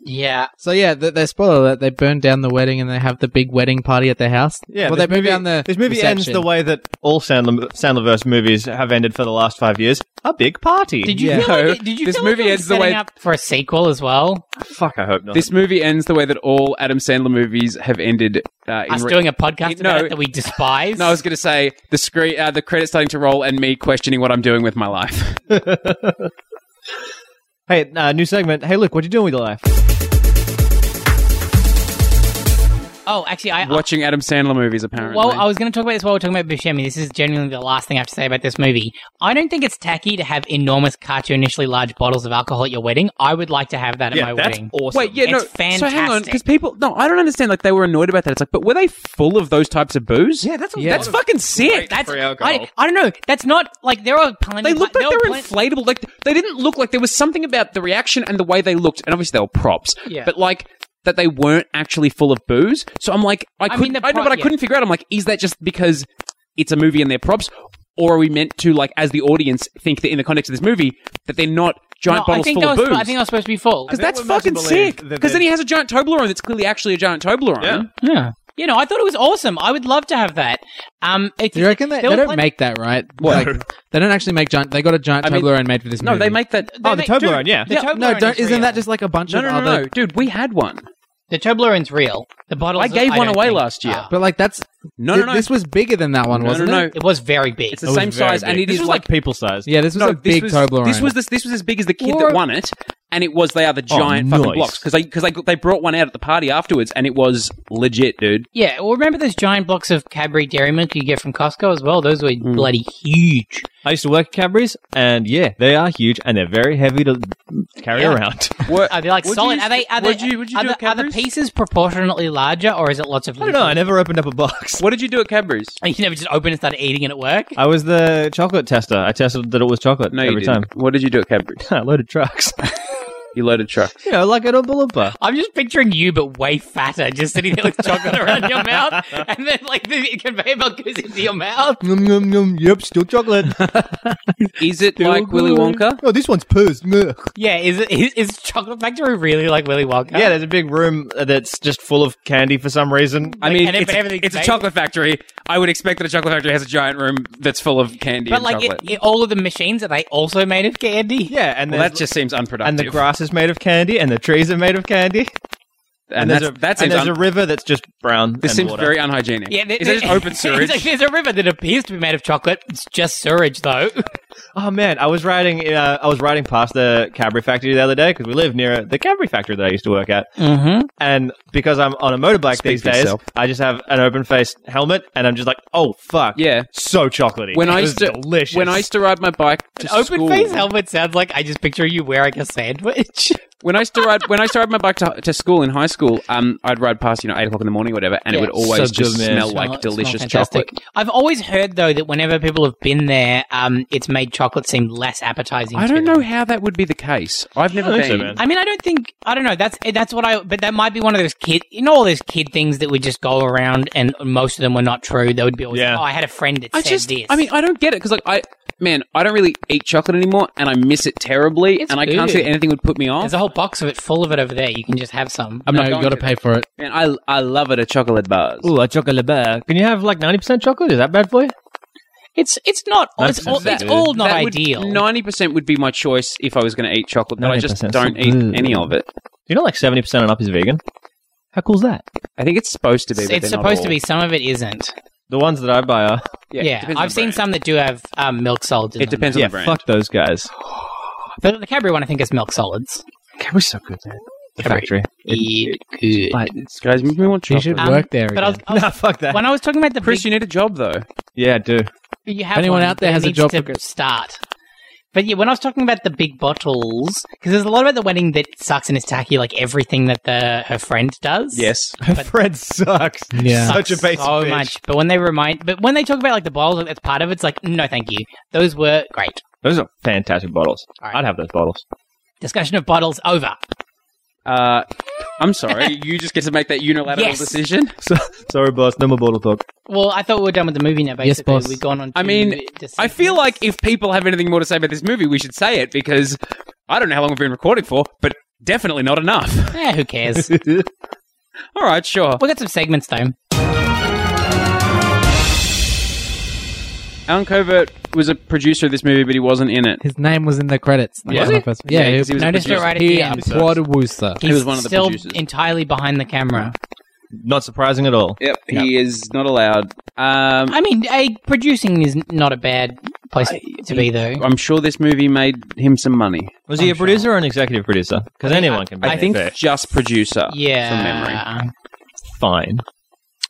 [SPEAKER 4] Yeah.
[SPEAKER 1] So yeah, they, they spoiler alert, they burn down the wedding and they have the big wedding party at their house. well, they
[SPEAKER 2] this
[SPEAKER 1] burn
[SPEAKER 2] movie,
[SPEAKER 1] down the
[SPEAKER 2] this movie ends
[SPEAKER 1] reception.
[SPEAKER 2] the way that all Sandler, Sandlerverse movies have ended for the last five years. A big party.
[SPEAKER 4] Did you
[SPEAKER 1] Yeah.
[SPEAKER 4] feel like it- did you
[SPEAKER 3] This
[SPEAKER 4] feel like
[SPEAKER 3] movie
[SPEAKER 4] it was
[SPEAKER 3] ends the way-
[SPEAKER 4] setting up for a sequel as well?
[SPEAKER 2] Fuck, I hope not.
[SPEAKER 3] This movie ends the way that all Adam Sandler movies have ended. Uh, in
[SPEAKER 4] Us
[SPEAKER 3] re-
[SPEAKER 4] doing a podcast
[SPEAKER 3] No.
[SPEAKER 4] about it that we despise.
[SPEAKER 3] no, I was going to say the screen, uh, the credits starting to roll, and me questioning what I'm doing with my life.
[SPEAKER 2] hey, uh, new segment. Hey, look, what you doing with your life?
[SPEAKER 4] oh, actually, I,
[SPEAKER 3] Watching Adam Sandler movies, apparently.
[SPEAKER 4] Well, I was going to talk about this while we're talking about Buscemi. This is genuinely the last thing I have to say about this movie. I don't think it's tacky to have enormous cartoonishly large bottles of alcohol at your wedding. I would like to have that
[SPEAKER 2] yeah,
[SPEAKER 4] at my
[SPEAKER 2] that's
[SPEAKER 4] wedding.
[SPEAKER 2] awesome.
[SPEAKER 3] Wait, yeah, no.
[SPEAKER 4] It's
[SPEAKER 3] So hang on,
[SPEAKER 4] fantastic.
[SPEAKER 3] because people, no, I don't understand. Like they were annoyed about that. It's like, but were they full of those types of booze?
[SPEAKER 2] yeah, that's a
[SPEAKER 1] Yeah.
[SPEAKER 3] that's
[SPEAKER 2] lot of-
[SPEAKER 3] fucking sick.
[SPEAKER 4] That's
[SPEAKER 2] free alcohol.
[SPEAKER 4] I, I don't know. That's not like there are plenty.
[SPEAKER 3] They looked like
[SPEAKER 4] there
[SPEAKER 3] they
[SPEAKER 4] are
[SPEAKER 3] were
[SPEAKER 4] plenty-
[SPEAKER 3] inflatable. Like they didn't look like there was something about the reaction and the way they looked, and obviously they were props.
[SPEAKER 4] Yeah.
[SPEAKER 3] But like that they weren't actually full of booze. So I'm like, I
[SPEAKER 4] mean,
[SPEAKER 3] couldn't. I,
[SPEAKER 4] the
[SPEAKER 3] know,
[SPEAKER 4] pro-
[SPEAKER 3] but I
[SPEAKER 4] yeah.
[SPEAKER 3] couldn't figure out. I'm like, is that just because it's a movie and they're props, or are we meant to like, as the audience, think that in the context of this movie that they're not
[SPEAKER 4] No,
[SPEAKER 3] giant
[SPEAKER 4] I
[SPEAKER 3] bottles
[SPEAKER 4] think
[SPEAKER 3] full
[SPEAKER 4] that
[SPEAKER 3] of
[SPEAKER 4] was-
[SPEAKER 3] booze?
[SPEAKER 4] I think I was supposed to be full.
[SPEAKER 3] because
[SPEAKER 2] I bet
[SPEAKER 3] that's
[SPEAKER 2] we're meant to
[SPEAKER 3] fucking
[SPEAKER 2] believe
[SPEAKER 3] sick.
[SPEAKER 2] that
[SPEAKER 3] Because then
[SPEAKER 2] they-
[SPEAKER 3] he has a giant Toblerone that's clearly actually a giant Toblerone.
[SPEAKER 2] Yeah.
[SPEAKER 4] Yeah. You know, I thought it was awesome. I would love to have that. Um, it,
[SPEAKER 1] Do you reckon they,
[SPEAKER 4] there
[SPEAKER 1] they
[SPEAKER 4] were
[SPEAKER 1] don't
[SPEAKER 4] plenty-
[SPEAKER 1] make that right? Like, they don't actually make giant. They got a giant
[SPEAKER 3] I mean-
[SPEAKER 1] Toblerone made for this
[SPEAKER 3] No,
[SPEAKER 1] movie.
[SPEAKER 3] they make that.
[SPEAKER 4] they
[SPEAKER 2] Oh, the
[SPEAKER 4] make-
[SPEAKER 2] Toblerone,
[SPEAKER 4] dude,
[SPEAKER 2] yeah.
[SPEAKER 4] the
[SPEAKER 2] Yeah,
[SPEAKER 4] Toblerone
[SPEAKER 1] No, don't,
[SPEAKER 4] is
[SPEAKER 1] isn't
[SPEAKER 4] real.
[SPEAKER 1] that just like a bunch
[SPEAKER 3] No,
[SPEAKER 1] of
[SPEAKER 3] no, no,
[SPEAKER 1] other?
[SPEAKER 3] no, dude. We had one.
[SPEAKER 4] the Toblerone's real? The bottle
[SPEAKER 3] I gave one
[SPEAKER 4] don't
[SPEAKER 3] away
[SPEAKER 4] think-
[SPEAKER 3] last year.
[SPEAKER 4] Ah.
[SPEAKER 1] But like that's
[SPEAKER 3] No,
[SPEAKER 1] thi-
[SPEAKER 3] no, no.
[SPEAKER 1] This was bigger than that one,
[SPEAKER 3] no, no,
[SPEAKER 1] wasn't
[SPEAKER 3] no.
[SPEAKER 1] it?
[SPEAKER 4] it was very big.
[SPEAKER 3] It's the same size, and it
[SPEAKER 2] this
[SPEAKER 3] is
[SPEAKER 2] was
[SPEAKER 3] like
[SPEAKER 2] like people size.
[SPEAKER 1] Yeah, this was a big
[SPEAKER 3] this was,
[SPEAKER 1] Toblerone.
[SPEAKER 3] This was this, this was as big as the kid
[SPEAKER 1] Or-
[SPEAKER 3] that won it, and it was they are the giant fucking
[SPEAKER 2] Oh, nice.
[SPEAKER 3] blocks because they because they they brought one out at the party afterwards, and it was legit, dude.
[SPEAKER 4] Yeah, well, remember those giant blocks of Cadbury Dairy Milk you get from Costco as well? Those were bloody huge.
[SPEAKER 2] I used to work at Cadbury's, and yeah, they are huge and they're very heavy to carry
[SPEAKER 4] Yeah.
[SPEAKER 2] around.
[SPEAKER 4] Are they like
[SPEAKER 3] Would
[SPEAKER 4] solid?
[SPEAKER 3] you-
[SPEAKER 4] are they? Are
[SPEAKER 3] would
[SPEAKER 4] they?
[SPEAKER 3] you- would you
[SPEAKER 4] are,
[SPEAKER 3] do
[SPEAKER 4] the,
[SPEAKER 3] a
[SPEAKER 4] are the
[SPEAKER 3] Cadbury's?
[SPEAKER 4] pieces proportionately larger, or is it lots of?
[SPEAKER 2] I don't know. I
[SPEAKER 4] little-
[SPEAKER 2] never opened up a box.
[SPEAKER 3] What did you do at Cadbury's?
[SPEAKER 4] You never just open and started eating it at work.
[SPEAKER 2] I was the chocolate tester. I tested that it was chocolate
[SPEAKER 3] No, you
[SPEAKER 2] every
[SPEAKER 3] didn't.
[SPEAKER 2] time.
[SPEAKER 3] What did you do at Cadbury's?
[SPEAKER 2] I loaded trucks.
[SPEAKER 3] You loaded truck.
[SPEAKER 2] you know, like an Oompa Loompa.
[SPEAKER 4] I'm just picturing you, but way fatter, just sitting there with chocolate around your mouth, and then like the conveyor belt goes into your mouth.
[SPEAKER 1] Nom, nom, nom. Yep, still chocolate.
[SPEAKER 3] Is it like Willy Wonka?
[SPEAKER 1] oh, this one's poos. Meh.
[SPEAKER 4] Yeah, is it is, is Chocolate Factory really like Willy Wonka?
[SPEAKER 2] Yeah, there's a big room that's just full of candy for some reason.
[SPEAKER 3] I mean,
[SPEAKER 4] and if
[SPEAKER 3] it's,
[SPEAKER 4] everything's
[SPEAKER 3] it's a
[SPEAKER 4] made-
[SPEAKER 3] chocolate factory. I would expect that a chocolate factory has a giant room that's full of candy
[SPEAKER 4] but
[SPEAKER 3] and
[SPEAKER 4] like it,
[SPEAKER 3] chocolate.
[SPEAKER 4] it- all of the machines are they also made of candy?
[SPEAKER 2] yeah, and
[SPEAKER 3] well,
[SPEAKER 2] there's-
[SPEAKER 3] that just seems unproductive.
[SPEAKER 2] and the grass is made of candy, and the trees are made of candy,
[SPEAKER 3] and,
[SPEAKER 2] there's
[SPEAKER 3] that's,
[SPEAKER 2] a,
[SPEAKER 3] that
[SPEAKER 2] and
[SPEAKER 3] seems
[SPEAKER 2] there's
[SPEAKER 3] un-
[SPEAKER 2] a river that's just brown.
[SPEAKER 3] this
[SPEAKER 2] and
[SPEAKER 3] seems
[SPEAKER 2] water.
[SPEAKER 3] very unhygienic.
[SPEAKER 4] Yeah, there-
[SPEAKER 3] is it just
[SPEAKER 4] there-
[SPEAKER 3] open
[SPEAKER 4] it's
[SPEAKER 3] sewage?
[SPEAKER 4] like there's a river that appears to be made of chocolate. It's just sewage, though.
[SPEAKER 2] Oh man, I was riding. Uh, I was riding past the Cadbury factory the other day because we live near the Cadbury factory that I used to work at.
[SPEAKER 4] Mm-hmm.
[SPEAKER 2] And because I'm on a motorbike
[SPEAKER 3] Speak
[SPEAKER 2] these
[SPEAKER 3] for
[SPEAKER 2] days,
[SPEAKER 3] yourself.
[SPEAKER 2] I just have an open faced helmet, and I'm just like, oh fuck,
[SPEAKER 3] Yeah.
[SPEAKER 2] so chocolatey.
[SPEAKER 3] When
[SPEAKER 2] It
[SPEAKER 3] I
[SPEAKER 2] was
[SPEAKER 3] used to
[SPEAKER 2] delicious.
[SPEAKER 3] when I used to ride my bike to
[SPEAKER 4] Open
[SPEAKER 3] school,
[SPEAKER 4] face helmet sounds like I just picture you wearing a sandwich.
[SPEAKER 3] when I used to ride when I used to ride my bike to, to school in high school, um, I'd ride past you know eight o'clock in the morning or whatever, and it
[SPEAKER 4] Yeah.
[SPEAKER 3] would always
[SPEAKER 2] So
[SPEAKER 3] just
[SPEAKER 2] good, man.
[SPEAKER 3] smell like
[SPEAKER 4] Smell-
[SPEAKER 3] delicious
[SPEAKER 4] smell fantastic.
[SPEAKER 3] chocolate.
[SPEAKER 4] I've always heard though that whenever people have been there, um, it's made chocolate seem less appetizing.
[SPEAKER 3] I
[SPEAKER 4] to
[SPEAKER 3] don't
[SPEAKER 4] them.
[SPEAKER 3] know how that would be the case. I've never
[SPEAKER 2] I
[SPEAKER 3] been.
[SPEAKER 2] think so, man.
[SPEAKER 4] I mean, I don't think I don't know. That's eh, that's what I. But that might be one of those kid, you know, all those kid things that would just go around, and most of them were not true. They would be, always,
[SPEAKER 2] Yeah.
[SPEAKER 4] oh, I had a friend that
[SPEAKER 3] I
[SPEAKER 4] said
[SPEAKER 3] just,
[SPEAKER 4] this.
[SPEAKER 3] I mean, I don't get it because like I, man, I don't really eat chocolate anymore, and I miss it terribly,
[SPEAKER 4] It's
[SPEAKER 3] and I can't see
[SPEAKER 4] good.
[SPEAKER 3] that anything would put me off.
[SPEAKER 4] there's a whole box of it full of it over there. You can just have some.
[SPEAKER 3] I'm
[SPEAKER 1] no,
[SPEAKER 3] not
[SPEAKER 1] you
[SPEAKER 3] going
[SPEAKER 1] got to
[SPEAKER 3] to.
[SPEAKER 1] pay for it.
[SPEAKER 3] man, I, I love it at chocolate bars.
[SPEAKER 2] ooh a chocolate bar. Can you have like ninety percent chocolate? Is that bad for you?
[SPEAKER 4] It's it's not. It's
[SPEAKER 2] That's
[SPEAKER 4] all,
[SPEAKER 2] upsetting.
[SPEAKER 4] it's all not
[SPEAKER 3] that
[SPEAKER 4] ideal.
[SPEAKER 3] Ninety percent would be my choice if I was going to eat chocolate, but I just
[SPEAKER 2] 90%.
[SPEAKER 3] don't eat
[SPEAKER 2] Ooh.
[SPEAKER 3] any of it.
[SPEAKER 2] You know, like seventy percent and up is vegan. How cool's that?
[SPEAKER 3] I think it's supposed to be.
[SPEAKER 4] it's
[SPEAKER 3] but
[SPEAKER 4] it's
[SPEAKER 3] they're not
[SPEAKER 4] supposed to
[SPEAKER 3] all.
[SPEAKER 4] be. Some of it isn't.
[SPEAKER 2] The ones that I buy are
[SPEAKER 4] Yeah,
[SPEAKER 3] it depends on
[SPEAKER 4] I've
[SPEAKER 3] the
[SPEAKER 4] seen
[SPEAKER 3] brand.
[SPEAKER 4] some that do have um, milk solids. In
[SPEAKER 3] It
[SPEAKER 4] them.
[SPEAKER 3] depends on
[SPEAKER 2] yeah,
[SPEAKER 3] the brand.
[SPEAKER 2] fuck those guys.
[SPEAKER 4] The, the Cadbury one, I think, is milk solids.
[SPEAKER 2] Cadbury's so good, man. The
[SPEAKER 4] Cadbury.
[SPEAKER 2] factory.
[SPEAKER 4] Yeah, good.
[SPEAKER 2] Like,
[SPEAKER 3] Guys, we want
[SPEAKER 1] You
[SPEAKER 3] chocolate.
[SPEAKER 1] should
[SPEAKER 4] Um,
[SPEAKER 1] work there.
[SPEAKER 4] But I was,
[SPEAKER 1] again.
[SPEAKER 4] I was-
[SPEAKER 2] nah, fuck that.
[SPEAKER 4] when I was talking about the
[SPEAKER 3] Chris, you need a job though.
[SPEAKER 2] Yeah, I do.
[SPEAKER 4] big, you have
[SPEAKER 1] anyone
[SPEAKER 4] one,
[SPEAKER 1] out there
[SPEAKER 4] but
[SPEAKER 1] has
[SPEAKER 4] it
[SPEAKER 1] a
[SPEAKER 4] needs
[SPEAKER 1] job
[SPEAKER 4] to
[SPEAKER 1] for Chris.
[SPEAKER 4] start. But yeah, when I was talking about the big bottles, because there's a lot about the wedding that sucks and is tacky, like everything that the her friend does.
[SPEAKER 3] Yes.
[SPEAKER 2] Her friend sucks.
[SPEAKER 1] Yeah.
[SPEAKER 2] Such a
[SPEAKER 4] Sucks
[SPEAKER 2] basic
[SPEAKER 4] so
[SPEAKER 2] bitch.
[SPEAKER 4] much. But when they remind, but when they talk about like the bottles, like that's part of it. It's like no, thank you. Those were great.
[SPEAKER 2] Those are fantastic bottles.
[SPEAKER 4] All right.
[SPEAKER 2] I'd have those bottles.
[SPEAKER 4] Discussion of bottles over.
[SPEAKER 3] Uh, I'm sorry. you just get to make that unilateral
[SPEAKER 4] Yes.
[SPEAKER 3] decision.
[SPEAKER 2] So, sorry, boss. No more bottle talk.
[SPEAKER 4] Well, I thought we were done with the movie now. Basically,
[SPEAKER 1] Yes, boss.
[SPEAKER 4] we've gone on. To
[SPEAKER 3] I mean, I feel like if people have anything more to say about this movie, we should say it because I don't know how long we've been recording for, but definitely not enough.
[SPEAKER 4] Eh, who cares?
[SPEAKER 3] All right, sure.
[SPEAKER 4] we got some segments though.
[SPEAKER 3] Alan Covert was a producer of this movie, but he wasn't in it.
[SPEAKER 1] His name was in the credits.
[SPEAKER 3] Was
[SPEAKER 1] one
[SPEAKER 3] he?
[SPEAKER 1] of us- Yeah,
[SPEAKER 3] Yeah, 'cause he was a
[SPEAKER 1] noticed
[SPEAKER 4] producer. Right at
[SPEAKER 1] He
[SPEAKER 4] the end.
[SPEAKER 1] applauded Wooster.
[SPEAKER 4] He's
[SPEAKER 3] was one of the
[SPEAKER 4] still
[SPEAKER 3] producers.
[SPEAKER 4] entirely behind the camera.
[SPEAKER 2] Not surprising at all.
[SPEAKER 3] Yep, he is not allowed. Um,
[SPEAKER 4] I mean, a, producing is not a bad place to be though.
[SPEAKER 3] I'm sure this movie made him some money.
[SPEAKER 2] Was he a producer or an executive producer? Because anyone can be.
[SPEAKER 3] I think
[SPEAKER 2] fair.
[SPEAKER 3] just producer.
[SPEAKER 4] yeah,
[SPEAKER 3] uh, From memory.
[SPEAKER 2] fine.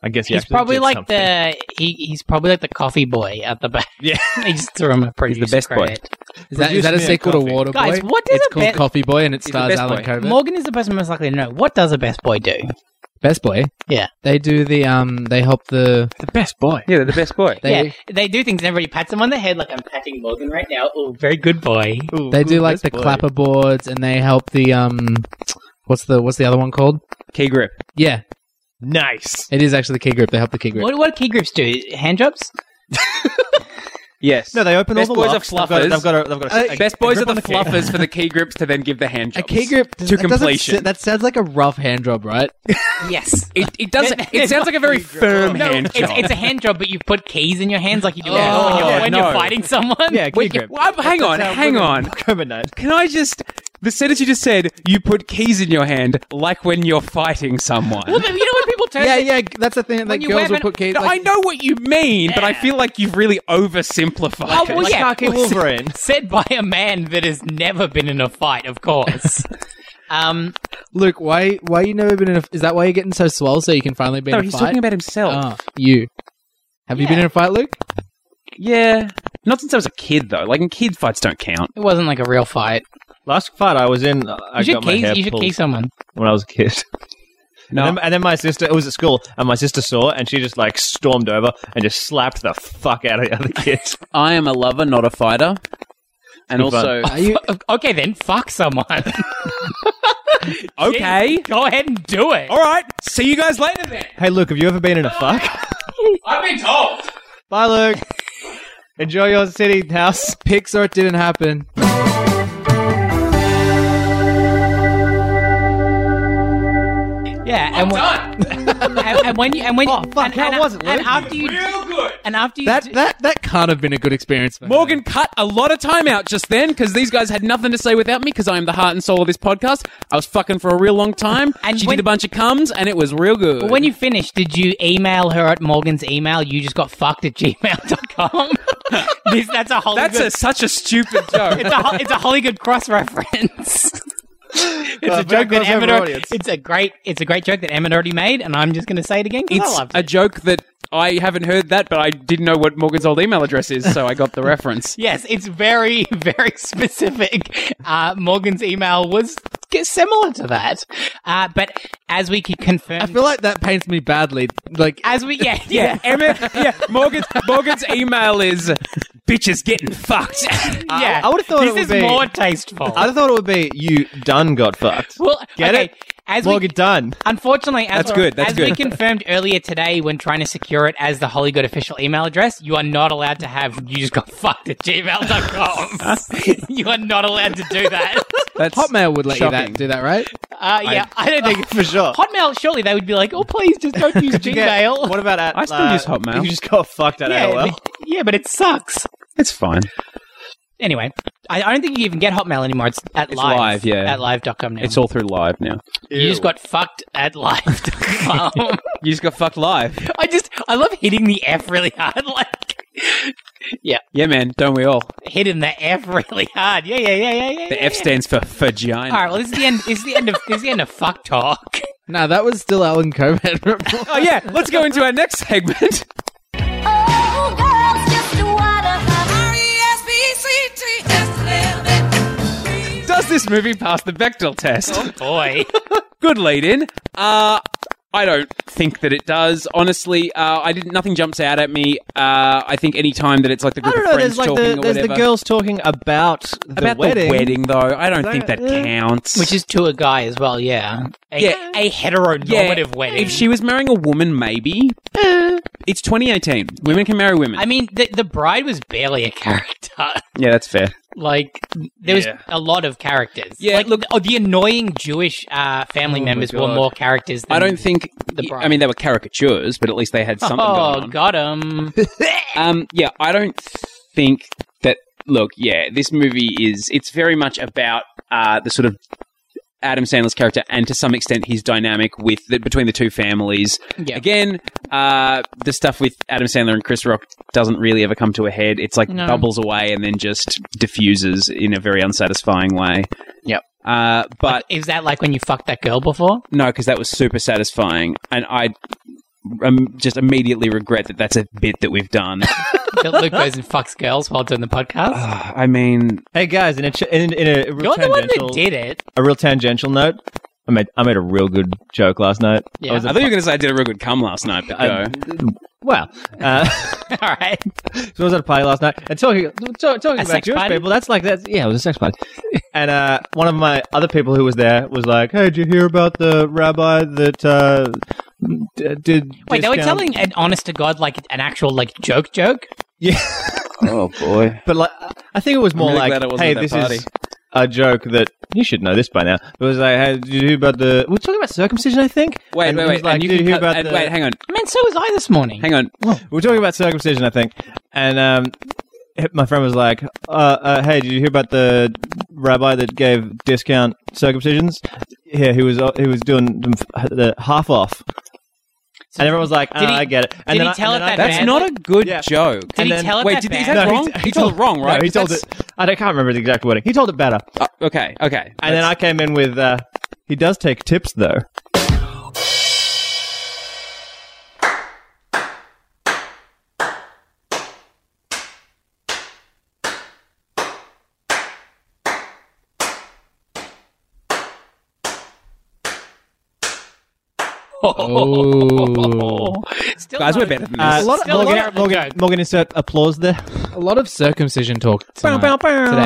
[SPEAKER 2] I guess he
[SPEAKER 4] he's
[SPEAKER 2] actually
[SPEAKER 4] probably
[SPEAKER 2] did
[SPEAKER 4] like
[SPEAKER 2] something.
[SPEAKER 4] the he, he's probably like the coffee boy at the back.
[SPEAKER 2] Yeah.
[SPEAKER 4] he just threw him a producer
[SPEAKER 3] best boy.
[SPEAKER 4] credit.
[SPEAKER 1] Is that, is
[SPEAKER 2] Produced
[SPEAKER 1] that a
[SPEAKER 2] me a
[SPEAKER 1] sequel to
[SPEAKER 2] coffee.
[SPEAKER 1] Waterboy?
[SPEAKER 4] Guys, what does
[SPEAKER 1] it's
[SPEAKER 4] a
[SPEAKER 1] called
[SPEAKER 4] best
[SPEAKER 1] Coffee Boy and it
[SPEAKER 3] He's the
[SPEAKER 1] stars
[SPEAKER 3] best
[SPEAKER 1] Alan
[SPEAKER 3] boy.
[SPEAKER 1] Covert.
[SPEAKER 4] Morgan is the person most likely to know. What does a best boy do?
[SPEAKER 1] Best Boy.
[SPEAKER 4] Yeah.
[SPEAKER 1] They do the um. They help the.
[SPEAKER 2] the best boy.
[SPEAKER 3] Yeah, they're the best boy.
[SPEAKER 1] They
[SPEAKER 4] yeah, they do things. and Everybody pats them on the head, like I'm patting Morgan right now. Oh, very good boy.
[SPEAKER 1] they do like the
[SPEAKER 2] boy.
[SPEAKER 1] clapper boards and they help the um. What's the what's the other one called?
[SPEAKER 3] Key grip.
[SPEAKER 1] Yeah,
[SPEAKER 2] Nice.
[SPEAKER 1] it is actually the key group. They help the key group.
[SPEAKER 4] What what do key groups do? Hand jobs?
[SPEAKER 3] Yes.
[SPEAKER 2] No, they open
[SPEAKER 3] Best
[SPEAKER 2] all the
[SPEAKER 3] boys are
[SPEAKER 2] locks. They've got-
[SPEAKER 3] fluffers.
[SPEAKER 2] They've got a. They've got a, a-
[SPEAKER 3] best
[SPEAKER 2] a
[SPEAKER 3] boys are
[SPEAKER 2] grip
[SPEAKER 3] the
[SPEAKER 2] on key.
[SPEAKER 3] fluffers for the key grips to then give the hand
[SPEAKER 1] A
[SPEAKER 3] jobs.
[SPEAKER 1] key grip
[SPEAKER 3] to
[SPEAKER 1] that doesn't
[SPEAKER 3] completion.
[SPEAKER 1] sit- That sounds like a rough hand job, right?
[SPEAKER 4] Yes.
[SPEAKER 3] It, it doesn't. It sounds like a very firm
[SPEAKER 4] No,
[SPEAKER 3] hand
[SPEAKER 4] it's,
[SPEAKER 3] job.
[SPEAKER 4] it's a hand job, but you put keys in your hands like you do
[SPEAKER 1] Yeah.
[SPEAKER 4] when, you're,
[SPEAKER 1] Oh,
[SPEAKER 4] when
[SPEAKER 3] no.
[SPEAKER 4] you're fighting someone.
[SPEAKER 2] Yeah, key
[SPEAKER 3] Wait,
[SPEAKER 2] grip.
[SPEAKER 3] well, hang on, hang on.
[SPEAKER 2] Covenant.
[SPEAKER 3] Can I just? The sentence you just said. You put keys in your hand, like when you're fighting someone.
[SPEAKER 4] Well, but you know when people turn.
[SPEAKER 1] yeah, yeah. That's the thing. Like
[SPEAKER 4] you
[SPEAKER 1] girls
[SPEAKER 4] web
[SPEAKER 1] will
[SPEAKER 4] it-
[SPEAKER 1] put keys.
[SPEAKER 3] No,
[SPEAKER 1] like,
[SPEAKER 3] I know what you mean, but I feel like you've really oversimplified.
[SPEAKER 4] Oh,
[SPEAKER 3] it.
[SPEAKER 4] well,
[SPEAKER 2] Like
[SPEAKER 4] yeah.
[SPEAKER 2] Sharky Wolverine.
[SPEAKER 4] Said by a man that has never been in a fight, of course. um,
[SPEAKER 1] Luke, why why you never been in a? Is that why you're getting so swell? So you can finally be
[SPEAKER 3] No,
[SPEAKER 1] in a
[SPEAKER 3] he's
[SPEAKER 1] fight.
[SPEAKER 3] talking about himself.
[SPEAKER 1] Oh, you. Have you been in a fight, Luke?
[SPEAKER 3] Yeah. Not since I was a kid though. Like, and kid fights don't count.
[SPEAKER 4] it wasn't like a real fight.
[SPEAKER 2] Last fight I was in, uh, I
[SPEAKER 4] You should
[SPEAKER 2] got my
[SPEAKER 4] key.
[SPEAKER 2] hair
[SPEAKER 4] You should
[SPEAKER 2] pulled
[SPEAKER 4] key someone.
[SPEAKER 2] when I was a kid.
[SPEAKER 3] No.
[SPEAKER 2] And, then, and then my sister, it was at school, and my sister saw, it, and she just like stormed over and just slapped the fuck out of the other kids.
[SPEAKER 3] I am a lover, not a fighter. And
[SPEAKER 2] Good
[SPEAKER 3] also,
[SPEAKER 1] Are you?
[SPEAKER 4] Okay, then fuck someone.
[SPEAKER 3] okay,
[SPEAKER 4] Go ahead and do it.
[SPEAKER 3] all right. See you guys later then.
[SPEAKER 2] hey, Luke, have you ever been in a fuck?
[SPEAKER 3] I've been told.
[SPEAKER 2] Bye, Luke. Enjoy your city house.
[SPEAKER 1] Picks or it didn't happen.
[SPEAKER 4] Yeah, and when, and, and when you and when oh,
[SPEAKER 2] fuck,
[SPEAKER 4] and,
[SPEAKER 2] how
[SPEAKER 4] and,
[SPEAKER 2] was it,
[SPEAKER 4] and
[SPEAKER 2] Luke?
[SPEAKER 4] after you
[SPEAKER 3] Real good.
[SPEAKER 4] and after you
[SPEAKER 1] That
[SPEAKER 4] do-
[SPEAKER 1] that that can't have been a good experience. For her.
[SPEAKER 3] Morgan cut a lot of time out just then because these guys had nothing to say without me because I am the heart and soul of this podcast. I was fucking for a real long time.
[SPEAKER 4] And
[SPEAKER 3] she
[SPEAKER 4] when-
[SPEAKER 3] did a bunch of cums and it was real good.
[SPEAKER 4] But when you finished, did you email her at Morgan's email? You just got fucked at gmail.com? this, that's a holy
[SPEAKER 3] That's
[SPEAKER 4] good,
[SPEAKER 3] a, such a stupid joke.
[SPEAKER 4] it's a ho- it's a holy good cross reference. It's a joke that Emmett already- It's a great it's a great joke that Emmett already made, and I'm just going to say it again because I
[SPEAKER 3] It's
[SPEAKER 4] love
[SPEAKER 3] a
[SPEAKER 4] it.
[SPEAKER 3] joke that I haven't heard that, but I didn't know what Morgan's old email address is, so I got the reference.
[SPEAKER 4] Yes, it's very very specific. Uh, Morgan's email was g- similar to that, uh, but as we can confirm,
[SPEAKER 1] I feel like that paints me badly. Like
[SPEAKER 4] as we yeah
[SPEAKER 3] Yeah, Emmett. Yeah, Morgan's Morgan's email is bitches getting fucked.
[SPEAKER 4] yeah.
[SPEAKER 2] I would've thought
[SPEAKER 4] this
[SPEAKER 2] it would
[SPEAKER 4] is
[SPEAKER 2] be-
[SPEAKER 4] more tasteful.
[SPEAKER 2] I thought it would be you done got fucked.
[SPEAKER 4] well,
[SPEAKER 2] Get
[SPEAKER 4] okay,
[SPEAKER 2] it?
[SPEAKER 4] As we
[SPEAKER 2] Morgan done.
[SPEAKER 4] Unfortunately, as,
[SPEAKER 3] That's good, that's
[SPEAKER 4] as we
[SPEAKER 3] good.
[SPEAKER 4] confirmed earlier today when trying to secure it as the Holy Good official email address, you are not allowed to have you just got fucked at gmail.com. you are not allowed to do that.
[SPEAKER 3] That's
[SPEAKER 1] Hotmail would let you
[SPEAKER 3] shocking.
[SPEAKER 1] that, do that, right?
[SPEAKER 4] Uh, yeah, I, don't think
[SPEAKER 2] For sure.
[SPEAKER 4] Hotmail, surely they would be like, oh, please just don't use
[SPEAKER 2] Did you get-
[SPEAKER 4] Gmail.
[SPEAKER 2] What about at,
[SPEAKER 3] I still
[SPEAKER 2] uh,
[SPEAKER 3] use Hotmail.
[SPEAKER 2] You just got fucked at
[SPEAKER 4] yeah,
[SPEAKER 2] AOL.
[SPEAKER 4] but, yeah, but it sucks.
[SPEAKER 3] It's fine.
[SPEAKER 4] Anyway, I, I don't think you even get Hotmail anymore. It's at
[SPEAKER 3] It's
[SPEAKER 4] live.
[SPEAKER 3] live, yeah.
[SPEAKER 4] At live.com now.
[SPEAKER 3] It's all through live now.
[SPEAKER 4] you just got fucked at live.com.
[SPEAKER 3] You just got fucked live.
[SPEAKER 4] I just, I love hitting the F really hard. Like,
[SPEAKER 3] Yeah, man. Don't we all?
[SPEAKER 4] hitting the F really hard. Yeah, yeah, yeah, yeah, yeah.
[SPEAKER 3] The
[SPEAKER 4] yeah,
[SPEAKER 3] F
[SPEAKER 4] yeah.
[SPEAKER 3] stands for
[SPEAKER 4] All
[SPEAKER 3] vagina.
[SPEAKER 4] right. Well, this is the end. This is the end of. This is the end of fuck talk.
[SPEAKER 1] No, that was still Alan Coburn.
[SPEAKER 3] Oh yeah. Let's go into our next segment.
[SPEAKER 6] Oh, girls, just what a- R-E-S-P-C-T-S-A.
[SPEAKER 3] this movie passed the Bechdel test?
[SPEAKER 4] Oh, Boy.
[SPEAKER 3] Good lead in. Uh, I don't think that it does. Honestly, uh, I didn't. Nothing jumps out at me. Uh, I think any time that it's like the
[SPEAKER 2] I
[SPEAKER 3] group
[SPEAKER 2] don't
[SPEAKER 3] of
[SPEAKER 2] know.
[SPEAKER 3] friends
[SPEAKER 2] There's like
[SPEAKER 3] talking
[SPEAKER 2] the
[SPEAKER 3] or
[SPEAKER 2] there's
[SPEAKER 3] whatever.
[SPEAKER 2] the girls talking about the
[SPEAKER 3] about
[SPEAKER 2] wedding.
[SPEAKER 3] the wedding, though. I don't
[SPEAKER 2] That-
[SPEAKER 3] think that
[SPEAKER 2] eh.
[SPEAKER 3] counts.
[SPEAKER 4] Which is to a guy as well, yeah. A,
[SPEAKER 3] Yeah.
[SPEAKER 4] a heteronormative wedding.
[SPEAKER 3] If she was marrying a woman, maybe.
[SPEAKER 2] Eh.
[SPEAKER 3] It's 2018. Women can marry women.
[SPEAKER 4] I mean, the, the bride was barely a character.
[SPEAKER 3] yeah, that's fair.
[SPEAKER 4] Like, there was
[SPEAKER 2] Yeah.
[SPEAKER 4] a lot of characters.
[SPEAKER 3] Yeah,
[SPEAKER 4] Like,
[SPEAKER 3] look-
[SPEAKER 4] oh, the annoying Jewish uh, family
[SPEAKER 3] Oh my
[SPEAKER 4] members were
[SPEAKER 3] God.
[SPEAKER 4] more characters than
[SPEAKER 3] I don't think.
[SPEAKER 4] The bride.
[SPEAKER 3] I mean, they were caricatures, but at least they had something going
[SPEAKER 4] Oh,
[SPEAKER 3] on.
[SPEAKER 4] got him.
[SPEAKER 3] Um, yeah, I don't think that. Look, yeah, this movie is. It's very much about uh, the sort of Adam Sandler's character, and to some extent, his dynamic with the, between the two families.
[SPEAKER 4] Yeah.
[SPEAKER 3] Again, uh, the stuff with Adam Sandler and Chris Rock doesn't really ever come to a head. It's like
[SPEAKER 4] No.
[SPEAKER 3] bubbles away and then just diffuses in a very unsatisfying way.
[SPEAKER 4] Yep.
[SPEAKER 3] Uh, but
[SPEAKER 4] Is that like when you fucked that girl before?
[SPEAKER 3] no, because that was super satisfying, and I um, just immediately regret that that's a bit that we've done.
[SPEAKER 4] that Luke goes and fucks girls while doing the podcast?
[SPEAKER 3] Ah, I mean,
[SPEAKER 2] Hey guys, in a ch- in, in a real
[SPEAKER 4] You're the one
[SPEAKER 2] tangential
[SPEAKER 4] that did it.
[SPEAKER 2] a real tangential note. I made I made a real good joke last night.
[SPEAKER 4] Yeah.
[SPEAKER 2] I was
[SPEAKER 3] I
[SPEAKER 2] a,
[SPEAKER 3] thought you were going to say I did a real good cum last night, but
[SPEAKER 2] I-
[SPEAKER 3] no.
[SPEAKER 2] well, uh,
[SPEAKER 4] All right.
[SPEAKER 2] So I was at a party last night and talking talk, talking about
[SPEAKER 4] sex
[SPEAKER 2] Jewish
[SPEAKER 4] party?
[SPEAKER 2] people. That's like that's yeah, it was a sex party. and uh, one of my other people who was there was like, "Hey, did you hear about the rabbi that uh, d- did?"
[SPEAKER 4] Wait, they were
[SPEAKER 2] discount-
[SPEAKER 4] telling an honest to God, like an actual like joke joke.
[SPEAKER 2] Yeah,
[SPEAKER 3] oh boy.
[SPEAKER 2] but like I think it was more
[SPEAKER 3] really glad I
[SPEAKER 2] like,
[SPEAKER 3] wasn't
[SPEAKER 2] "Hey,
[SPEAKER 3] at that
[SPEAKER 2] this
[SPEAKER 3] party."
[SPEAKER 2] is." A joke that you should know this by now. It was like, "Hey, did you hear about the?" We're talking about circumcision, I think.
[SPEAKER 3] Wait,
[SPEAKER 2] And
[SPEAKER 3] wait,
[SPEAKER 2] it was
[SPEAKER 3] wait.
[SPEAKER 2] Like,
[SPEAKER 3] and you
[SPEAKER 2] did
[SPEAKER 3] can
[SPEAKER 2] you hear
[SPEAKER 3] cut-
[SPEAKER 2] about
[SPEAKER 3] and
[SPEAKER 2] the?
[SPEAKER 3] wait, hang on,
[SPEAKER 4] I mean, so was I this morning.
[SPEAKER 3] hang on.
[SPEAKER 2] We We're talking about circumcision, I think. And um, my friend was like, uh, uh, "Hey, did you hear about the rabbi that gave discount circumcisions? Yeah, he was uh, he was doing them f- the half off." And everyone was like,
[SPEAKER 4] Did
[SPEAKER 2] "Ah,
[SPEAKER 4] he-
[SPEAKER 2] I get it." And
[SPEAKER 4] did
[SPEAKER 2] then
[SPEAKER 4] he
[SPEAKER 2] I-
[SPEAKER 4] tell
[SPEAKER 2] and
[SPEAKER 4] it
[SPEAKER 2] then I-
[SPEAKER 4] that
[SPEAKER 3] That's
[SPEAKER 4] bad?
[SPEAKER 3] not a good
[SPEAKER 2] Yeah.
[SPEAKER 3] joke.
[SPEAKER 4] Did he
[SPEAKER 2] and then-
[SPEAKER 4] tell it
[SPEAKER 3] Wait,
[SPEAKER 4] that
[SPEAKER 3] did
[SPEAKER 4] bad?
[SPEAKER 3] is that
[SPEAKER 2] No,
[SPEAKER 3] wrong?
[SPEAKER 2] he-
[SPEAKER 3] He,
[SPEAKER 2] he
[SPEAKER 3] told it wrong, right?
[SPEAKER 2] No, he told it.
[SPEAKER 3] That's-
[SPEAKER 2] I don't- can't remember the exact wording. He told it better,
[SPEAKER 4] Oh,
[SPEAKER 3] uh, okay, okay.
[SPEAKER 2] and then I came in with, uh, "He does take tips, though."
[SPEAKER 1] Oh.
[SPEAKER 4] Still
[SPEAKER 3] guys,
[SPEAKER 4] not
[SPEAKER 3] we're
[SPEAKER 4] a-
[SPEAKER 3] better than
[SPEAKER 2] Uh,
[SPEAKER 3] this.
[SPEAKER 4] lot of-
[SPEAKER 2] Morgan,
[SPEAKER 4] a lot of-
[SPEAKER 2] Morgan, Morgan, insert applause there.
[SPEAKER 1] A lot of circumcision talk tonight, today.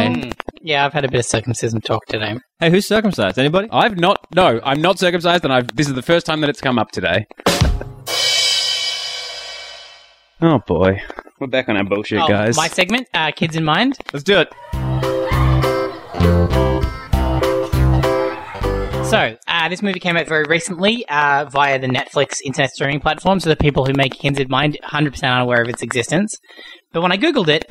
[SPEAKER 4] Mm. Yeah, I've had a bit of circumcision talk today.
[SPEAKER 2] Hey, who's circumcised? Anybody?
[SPEAKER 3] I've not. No, I'm not circumcised, and I've. This is the first time that it's come up today. oh boy, we're back on our bullshit,
[SPEAKER 4] Oh,
[SPEAKER 3] guys.
[SPEAKER 4] my segment, uh, kids in mind.
[SPEAKER 2] Let's do it.
[SPEAKER 4] So, uh, this movie came out very recently uh, via the Netflix internet streaming platform, so the people who make Kids in Mind 100% unaware of its existence. But when I Googled it,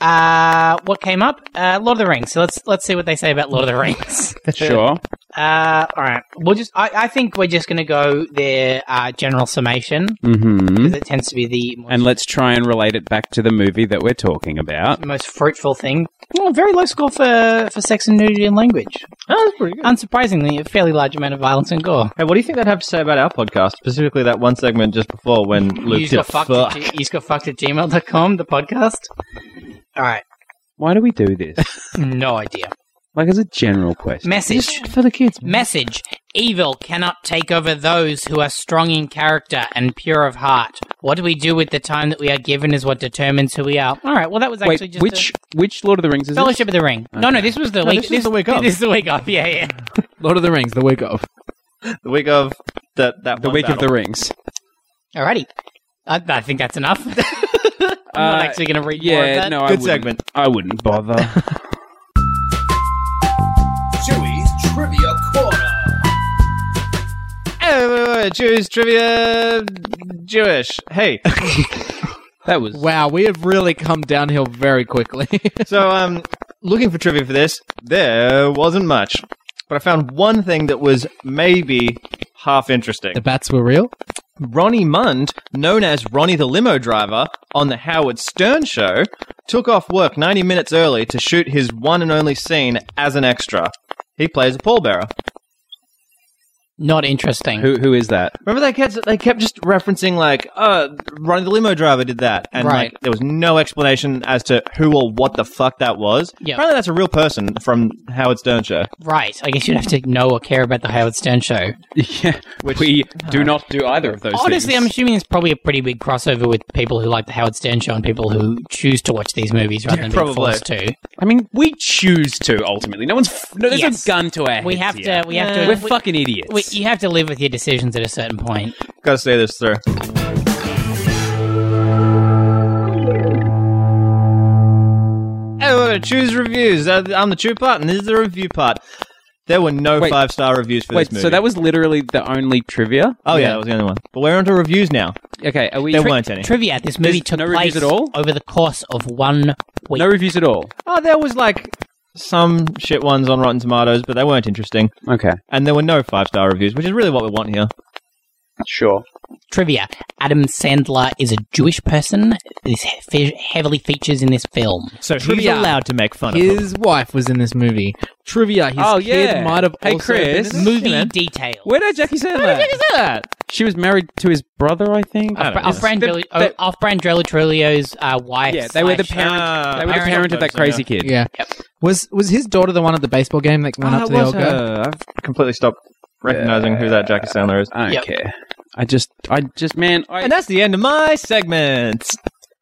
[SPEAKER 4] uh, what came up? Uh, Lord of the Rings. So let's let's see what they say about Lord of the Rings.
[SPEAKER 3] sure.
[SPEAKER 4] Uh, all right. We'll just. I, I think we're just going to go their uh, general summation
[SPEAKER 3] Mm-hmm.
[SPEAKER 4] because it tends to be the most,
[SPEAKER 3] And let's try and relate it back to the movie that we're talking about.
[SPEAKER 4] most fruitful thing. Oh, very low score for for sex and nudity and language.
[SPEAKER 2] Oh, that's pretty good.
[SPEAKER 4] Unsurprisingly, a fairly large amount of violence and gore.
[SPEAKER 2] Hey, what do you think they'd have to say about our podcast, specifically that one segment just before when Luke
[SPEAKER 4] you just
[SPEAKER 2] did a
[SPEAKER 4] got fucked. At,
[SPEAKER 2] fuck?
[SPEAKER 4] g- you just got fucked at gmail.com, the podcast. All right.
[SPEAKER 3] Why do we do this?
[SPEAKER 4] No idea.
[SPEAKER 3] Like as a general question.
[SPEAKER 4] Message.
[SPEAKER 1] For the kids.
[SPEAKER 4] Message. Evil cannot take over those who are strong in character and pure of heart. What we do with the time that we are given is what determines who we are. All right. Well, that was actually
[SPEAKER 3] Wait,
[SPEAKER 4] just
[SPEAKER 3] which which Lord of the Rings
[SPEAKER 4] a
[SPEAKER 3] is
[SPEAKER 4] Fellowship of the Ring. No, no, this was the week.
[SPEAKER 2] this was the week of.
[SPEAKER 4] This is the week off. Yeah, yeah.
[SPEAKER 1] Lord of the Rings, the week of.
[SPEAKER 2] The week of that that
[SPEAKER 3] it? The
[SPEAKER 2] one
[SPEAKER 3] Week of
[SPEAKER 2] battle.
[SPEAKER 3] the Rings.
[SPEAKER 4] Alrighty. I, I think that's enough. I'm not
[SPEAKER 3] Uh,
[SPEAKER 4] actually going to read more of
[SPEAKER 3] Yeah,
[SPEAKER 4] that.
[SPEAKER 3] no, I
[SPEAKER 2] Good
[SPEAKER 3] wouldn't-
[SPEAKER 2] segment.
[SPEAKER 3] I wouldn't bother.
[SPEAKER 6] Dewey's Trivia Corner.
[SPEAKER 2] Hey, wait, wait, wait, Jewish trivia, Jewish. Hey,
[SPEAKER 3] that was
[SPEAKER 1] Wow, we have really come downhill very quickly.
[SPEAKER 2] so um, looking for trivia for this, there wasn't much, but I found one thing that was maybe half interesting.
[SPEAKER 1] the bats were real?
[SPEAKER 2] Ronnie Mund, known as Ronnie the limo driver on the Howard Stern show, took off work 90 minutes early to shoot his one and only scene as an extra. He plays a pallbearer.
[SPEAKER 4] Not interesting.
[SPEAKER 3] Who who is that?
[SPEAKER 2] Remember they kept they kept just referencing like, uh, Ronnie the limo driver did that, and
[SPEAKER 4] Right.
[SPEAKER 2] like there was no explanation as to who or what the fuck that was.
[SPEAKER 4] Yeah.
[SPEAKER 2] Apparently, that's a real person from Howard Stern show.
[SPEAKER 4] Right. I guess you'd have to know or care about the Howard Stern show.
[SPEAKER 3] Yeah, we do not do either of those.
[SPEAKER 4] Honestly,
[SPEAKER 3] things.
[SPEAKER 4] I'm assuming it's probably a pretty big crossover with people who like the Howard Stern show and people who choose to watch these movies rather than being
[SPEAKER 2] probably.
[SPEAKER 4] forced to.
[SPEAKER 3] I mean, we choose to ultimately. No one's. F- no, there's
[SPEAKER 4] Yes.
[SPEAKER 3] a gun to our heads.
[SPEAKER 4] We have
[SPEAKER 3] here.
[SPEAKER 4] to. We have to.
[SPEAKER 3] We're
[SPEAKER 4] we-
[SPEAKER 3] fucking idiots.
[SPEAKER 4] we- you have to live with your decisions at a certain point.
[SPEAKER 2] Gotta say this through. Hey, we're gonna choose reviews. Uh, I'm the chew part, and this is the review part. There were no
[SPEAKER 3] Wait.
[SPEAKER 2] five star reviews for
[SPEAKER 3] Wait,
[SPEAKER 2] this movie.
[SPEAKER 3] so that was literally the only trivia.
[SPEAKER 2] Oh yeah, that was the only one. But we're onto reviews now.
[SPEAKER 3] Okay, are we?
[SPEAKER 2] There weren't any.
[SPEAKER 4] Trivia: This movie
[SPEAKER 3] There's
[SPEAKER 4] took
[SPEAKER 3] no
[SPEAKER 4] place
[SPEAKER 3] reviews at all?
[SPEAKER 4] over the course of one week.
[SPEAKER 3] no reviews at all.
[SPEAKER 2] Oh, there was like some shit ones on Rotten Tomatoes, but they weren't interesting.
[SPEAKER 3] Okay,
[SPEAKER 2] And there were no five star reviews, which is really what we want here.
[SPEAKER 3] sure.
[SPEAKER 4] Trivia: Adam Sandler is a Jewish person. This he- heavily features in this film.
[SPEAKER 2] So
[SPEAKER 1] Trivia.
[SPEAKER 2] he's allowed to make fun of them.
[SPEAKER 1] His wife was in this movie. Trivia. His
[SPEAKER 3] Oh, yeah.
[SPEAKER 1] kid might have
[SPEAKER 3] Hey,
[SPEAKER 1] also been
[SPEAKER 3] Chris.
[SPEAKER 1] in it.
[SPEAKER 4] Movie detail.
[SPEAKER 3] Where did Jackie say
[SPEAKER 2] How did you
[SPEAKER 3] that?
[SPEAKER 2] say that?
[SPEAKER 3] She was married to his brother, I think.
[SPEAKER 2] I don't know.
[SPEAKER 4] Off-brand,
[SPEAKER 3] The-
[SPEAKER 4] Drelli-
[SPEAKER 3] the-
[SPEAKER 4] oh, off-brand Drello Trulio's uh, wife.
[SPEAKER 3] Yeah, they were the
[SPEAKER 4] slash- uh,
[SPEAKER 3] parent.
[SPEAKER 2] Ah,
[SPEAKER 3] they were the
[SPEAKER 4] parent
[SPEAKER 3] parent of that
[SPEAKER 2] of those,
[SPEAKER 3] crazy kid.
[SPEAKER 1] Yeah. Was was his daughter the one at the baseball game that went
[SPEAKER 2] Ah,
[SPEAKER 1] up
[SPEAKER 2] it
[SPEAKER 1] to the
[SPEAKER 2] was
[SPEAKER 1] old guy?
[SPEAKER 2] her. I've completely stopped recognizing who that Jackie Sandler is.
[SPEAKER 3] Uh, I don't
[SPEAKER 4] Yep.
[SPEAKER 3] care. I just, I just, man, I,
[SPEAKER 2] And that's the end of my segment.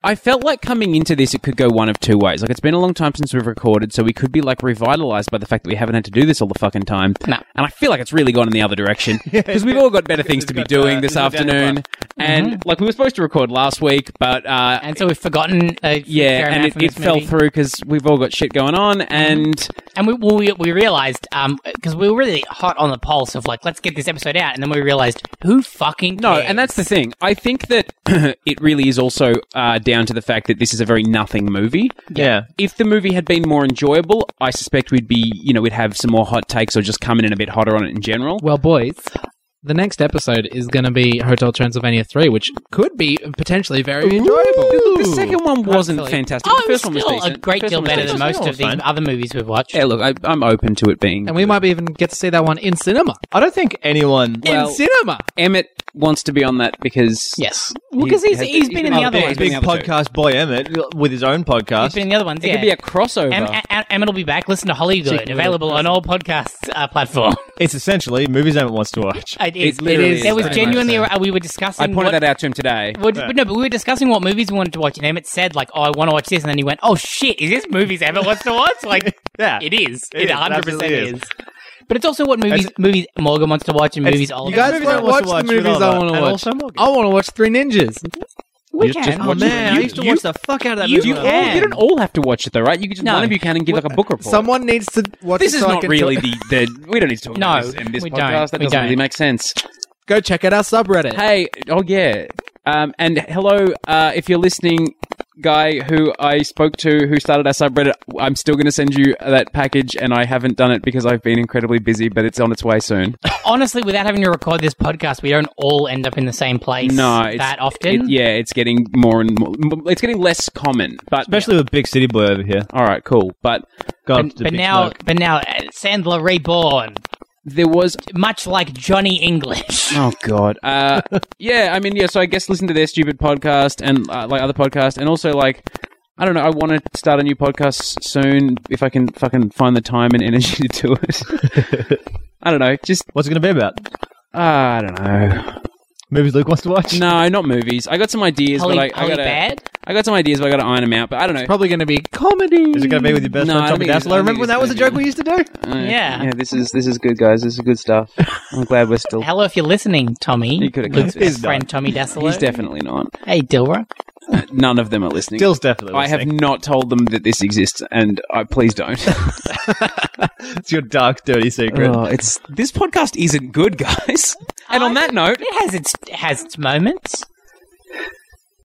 [SPEAKER 3] I felt like coming into this, it could go one of two ways. Like, it's been a long time since we've recorded, so we could be like revitalized by the fact that we haven't had to do this all the fucking time.
[SPEAKER 4] No.
[SPEAKER 3] And I feel like it's really gone in the other direction because we've all got better things to be
[SPEAKER 2] got,
[SPEAKER 3] doing
[SPEAKER 2] uh,
[SPEAKER 3] this
[SPEAKER 2] it's got
[SPEAKER 3] afternoon. And like, we were supposed to record last week, but uh,
[SPEAKER 4] And so we've forgotten. A fair
[SPEAKER 3] yeah,
[SPEAKER 4] amount
[SPEAKER 3] and it,
[SPEAKER 4] from
[SPEAKER 3] it
[SPEAKER 4] this
[SPEAKER 3] fell
[SPEAKER 4] movie.
[SPEAKER 3] through because we've all got shit going on. And
[SPEAKER 4] And we well, we, we realized um because we were really hot on the pulse of like let's get this episode out, and then we realized who fucking
[SPEAKER 3] No,
[SPEAKER 4] cares?
[SPEAKER 3] and that's the thing. I think that it really is also uh, down to the fact that this is a very nothing movie.
[SPEAKER 2] Yeah.
[SPEAKER 3] If the movie had been more enjoyable, I suspect we'd be, you know, we'd have some more hot takes or just come in a bit hotter on it in general.
[SPEAKER 1] Well, boys, the next episode is going to be Hotel Transylvania 3, which could be potentially very enjoyable.
[SPEAKER 3] The, the second one wasn't
[SPEAKER 4] Hopefully.
[SPEAKER 3] fantastic.
[SPEAKER 4] Oh,
[SPEAKER 3] the first
[SPEAKER 4] it
[SPEAKER 3] one
[SPEAKER 4] was
[SPEAKER 3] was
[SPEAKER 4] still
[SPEAKER 3] decent.
[SPEAKER 4] a great
[SPEAKER 3] First
[SPEAKER 4] deal
[SPEAKER 3] one was
[SPEAKER 4] better than
[SPEAKER 3] decent.
[SPEAKER 4] most
[SPEAKER 2] one
[SPEAKER 4] of
[SPEAKER 2] was
[SPEAKER 4] these
[SPEAKER 2] fine.
[SPEAKER 4] other movies we've watched.
[SPEAKER 3] Yeah, look, I, I'm open to it being.
[SPEAKER 1] And we might even get to see that one in cinema.
[SPEAKER 2] I don't think anyone.
[SPEAKER 3] Well-
[SPEAKER 1] in cinema!
[SPEAKER 3] Emmett wants to be on that because
[SPEAKER 4] Yes,
[SPEAKER 3] Well, 'cause
[SPEAKER 4] because
[SPEAKER 3] He
[SPEAKER 4] he's,
[SPEAKER 3] he's- has-
[SPEAKER 4] he's been in the
[SPEAKER 3] oh,
[SPEAKER 4] other
[SPEAKER 3] big-
[SPEAKER 4] ones.
[SPEAKER 2] uh, big
[SPEAKER 3] big
[SPEAKER 2] podcast boy Emmett with his own
[SPEAKER 4] He's
[SPEAKER 2] podcast.
[SPEAKER 4] been in the other ones.
[SPEAKER 3] it
[SPEAKER 4] Yeah.
[SPEAKER 3] could be a crossover.
[SPEAKER 4] Em- Em- Emmett will be back. Listen to Hollywood, available on all podcast uh, platforms.
[SPEAKER 2] It's essentially movies Emmett wants to watch.
[SPEAKER 4] It
[SPEAKER 3] It literally is
[SPEAKER 4] There was
[SPEAKER 3] pretty much
[SPEAKER 4] genuinely uh, we were discussing.
[SPEAKER 3] I pointed
[SPEAKER 4] what,
[SPEAKER 3] that out to him today.
[SPEAKER 4] what- no, but we were discussing what movies we wanted to watch, and Emmett said like, "Oh, I want to watch this," and then he went, "Oh shit, is this movies Emmett wants to watch?" Like,
[SPEAKER 2] Yeah.
[SPEAKER 4] it is.
[SPEAKER 2] It
[SPEAKER 4] It
[SPEAKER 2] is. It
[SPEAKER 4] one hundred percent
[SPEAKER 2] absolutely
[SPEAKER 4] is. But it's also what movies movies Morgan wants to watch and movies all
[SPEAKER 2] you guys
[SPEAKER 1] Everyone
[SPEAKER 2] wants to
[SPEAKER 1] watch
[SPEAKER 2] watch
[SPEAKER 1] the movies
[SPEAKER 2] with
[SPEAKER 1] I
[SPEAKER 2] all
[SPEAKER 1] want
[SPEAKER 2] that.
[SPEAKER 1] to
[SPEAKER 2] And
[SPEAKER 1] watch.
[SPEAKER 2] also Morgan.
[SPEAKER 1] I want to watch Three Ninjas.
[SPEAKER 4] we
[SPEAKER 3] just- just
[SPEAKER 4] can.
[SPEAKER 3] watch
[SPEAKER 2] Man, I used to watch the fuck out of that
[SPEAKER 4] you
[SPEAKER 2] movie.
[SPEAKER 3] you,
[SPEAKER 2] when I
[SPEAKER 3] all,
[SPEAKER 2] was a
[SPEAKER 4] can.
[SPEAKER 3] you don't all have to watch it though, right? You could just
[SPEAKER 4] No.
[SPEAKER 3] one of you can and give like a book report.
[SPEAKER 1] Someone needs to watch
[SPEAKER 3] This
[SPEAKER 1] it
[SPEAKER 3] is
[SPEAKER 1] so I
[SPEAKER 3] not
[SPEAKER 1] can
[SPEAKER 3] really
[SPEAKER 1] talk-
[SPEAKER 3] the, the. We don't need to talk about
[SPEAKER 4] No,
[SPEAKER 3] this in this
[SPEAKER 4] we
[SPEAKER 3] podcast.
[SPEAKER 4] don't.
[SPEAKER 3] That
[SPEAKER 4] We
[SPEAKER 3] doesn't really
[SPEAKER 4] don't.
[SPEAKER 3] make sense.
[SPEAKER 1] Go check out our subreddit.
[SPEAKER 3] Hey, oh yeah. Um, and hello, uh, if you're listening, guy who I spoke to who started our subreddit, I'm still going to send you that package, and I haven't done it because I've been incredibly busy, but it's on its way soon.
[SPEAKER 4] Honestly, without having to record this podcast, we don't all end up in the same place.
[SPEAKER 3] No, it's,
[SPEAKER 4] that often.
[SPEAKER 3] it- yeah, it's getting more and more. m- It's getting less common, but
[SPEAKER 2] Especially with Big City Boy over here.
[SPEAKER 3] all right, cool. But
[SPEAKER 2] God,
[SPEAKER 4] But, but now, but now, uh, Sandler reborn,
[SPEAKER 3] there was
[SPEAKER 4] much like Johnny English.
[SPEAKER 3] Oh God. Uh, yeah, I mean, yeah. So I guess listen to their stupid podcast and uh, like other podcasts, and also like I don't know. I want to start a new podcast s- soon if I can fucking find the time and energy to do it. I don't know. Just
[SPEAKER 2] what's it going to be about?
[SPEAKER 3] uh, I don't know.
[SPEAKER 2] Movies Luke wants to watch.
[SPEAKER 3] No, not movies. I got some ideas,
[SPEAKER 4] Holy,
[SPEAKER 3] but I, I
[SPEAKER 4] holy
[SPEAKER 3] gotta.
[SPEAKER 4] bad.
[SPEAKER 3] I got some ideas, but I gotta iron them out. But I don't know.
[SPEAKER 1] Probably going to be comedy.
[SPEAKER 2] Is it going to be with your best
[SPEAKER 3] No, I
[SPEAKER 2] friend Tommy
[SPEAKER 3] don't think it's- I
[SPEAKER 2] Dassler?
[SPEAKER 3] don't
[SPEAKER 2] Remember when
[SPEAKER 3] think
[SPEAKER 2] that was a
[SPEAKER 3] it's
[SPEAKER 2] joke
[SPEAKER 3] gonna
[SPEAKER 2] we used to do?
[SPEAKER 3] Uh,
[SPEAKER 4] Yeah.
[SPEAKER 3] Yeah. This is this is good, guys. This is good stuff. I'm glad we're still.
[SPEAKER 4] Hello, if you're listening, Tommy.
[SPEAKER 3] He could've cut
[SPEAKER 4] Luke's
[SPEAKER 3] this.
[SPEAKER 4] best friend Tommy Dassler.
[SPEAKER 3] He's definitely not.
[SPEAKER 4] hey, Dilra.
[SPEAKER 3] None of them are listening.
[SPEAKER 2] Dill's definitely.
[SPEAKER 3] I have
[SPEAKER 2] listening.
[SPEAKER 3] not told them that this exists, and I please don't.
[SPEAKER 2] It's your dark, dirty secret.
[SPEAKER 3] Oh, it's this podcast isn't good, guys. And on that note,
[SPEAKER 4] It has its it has its moments.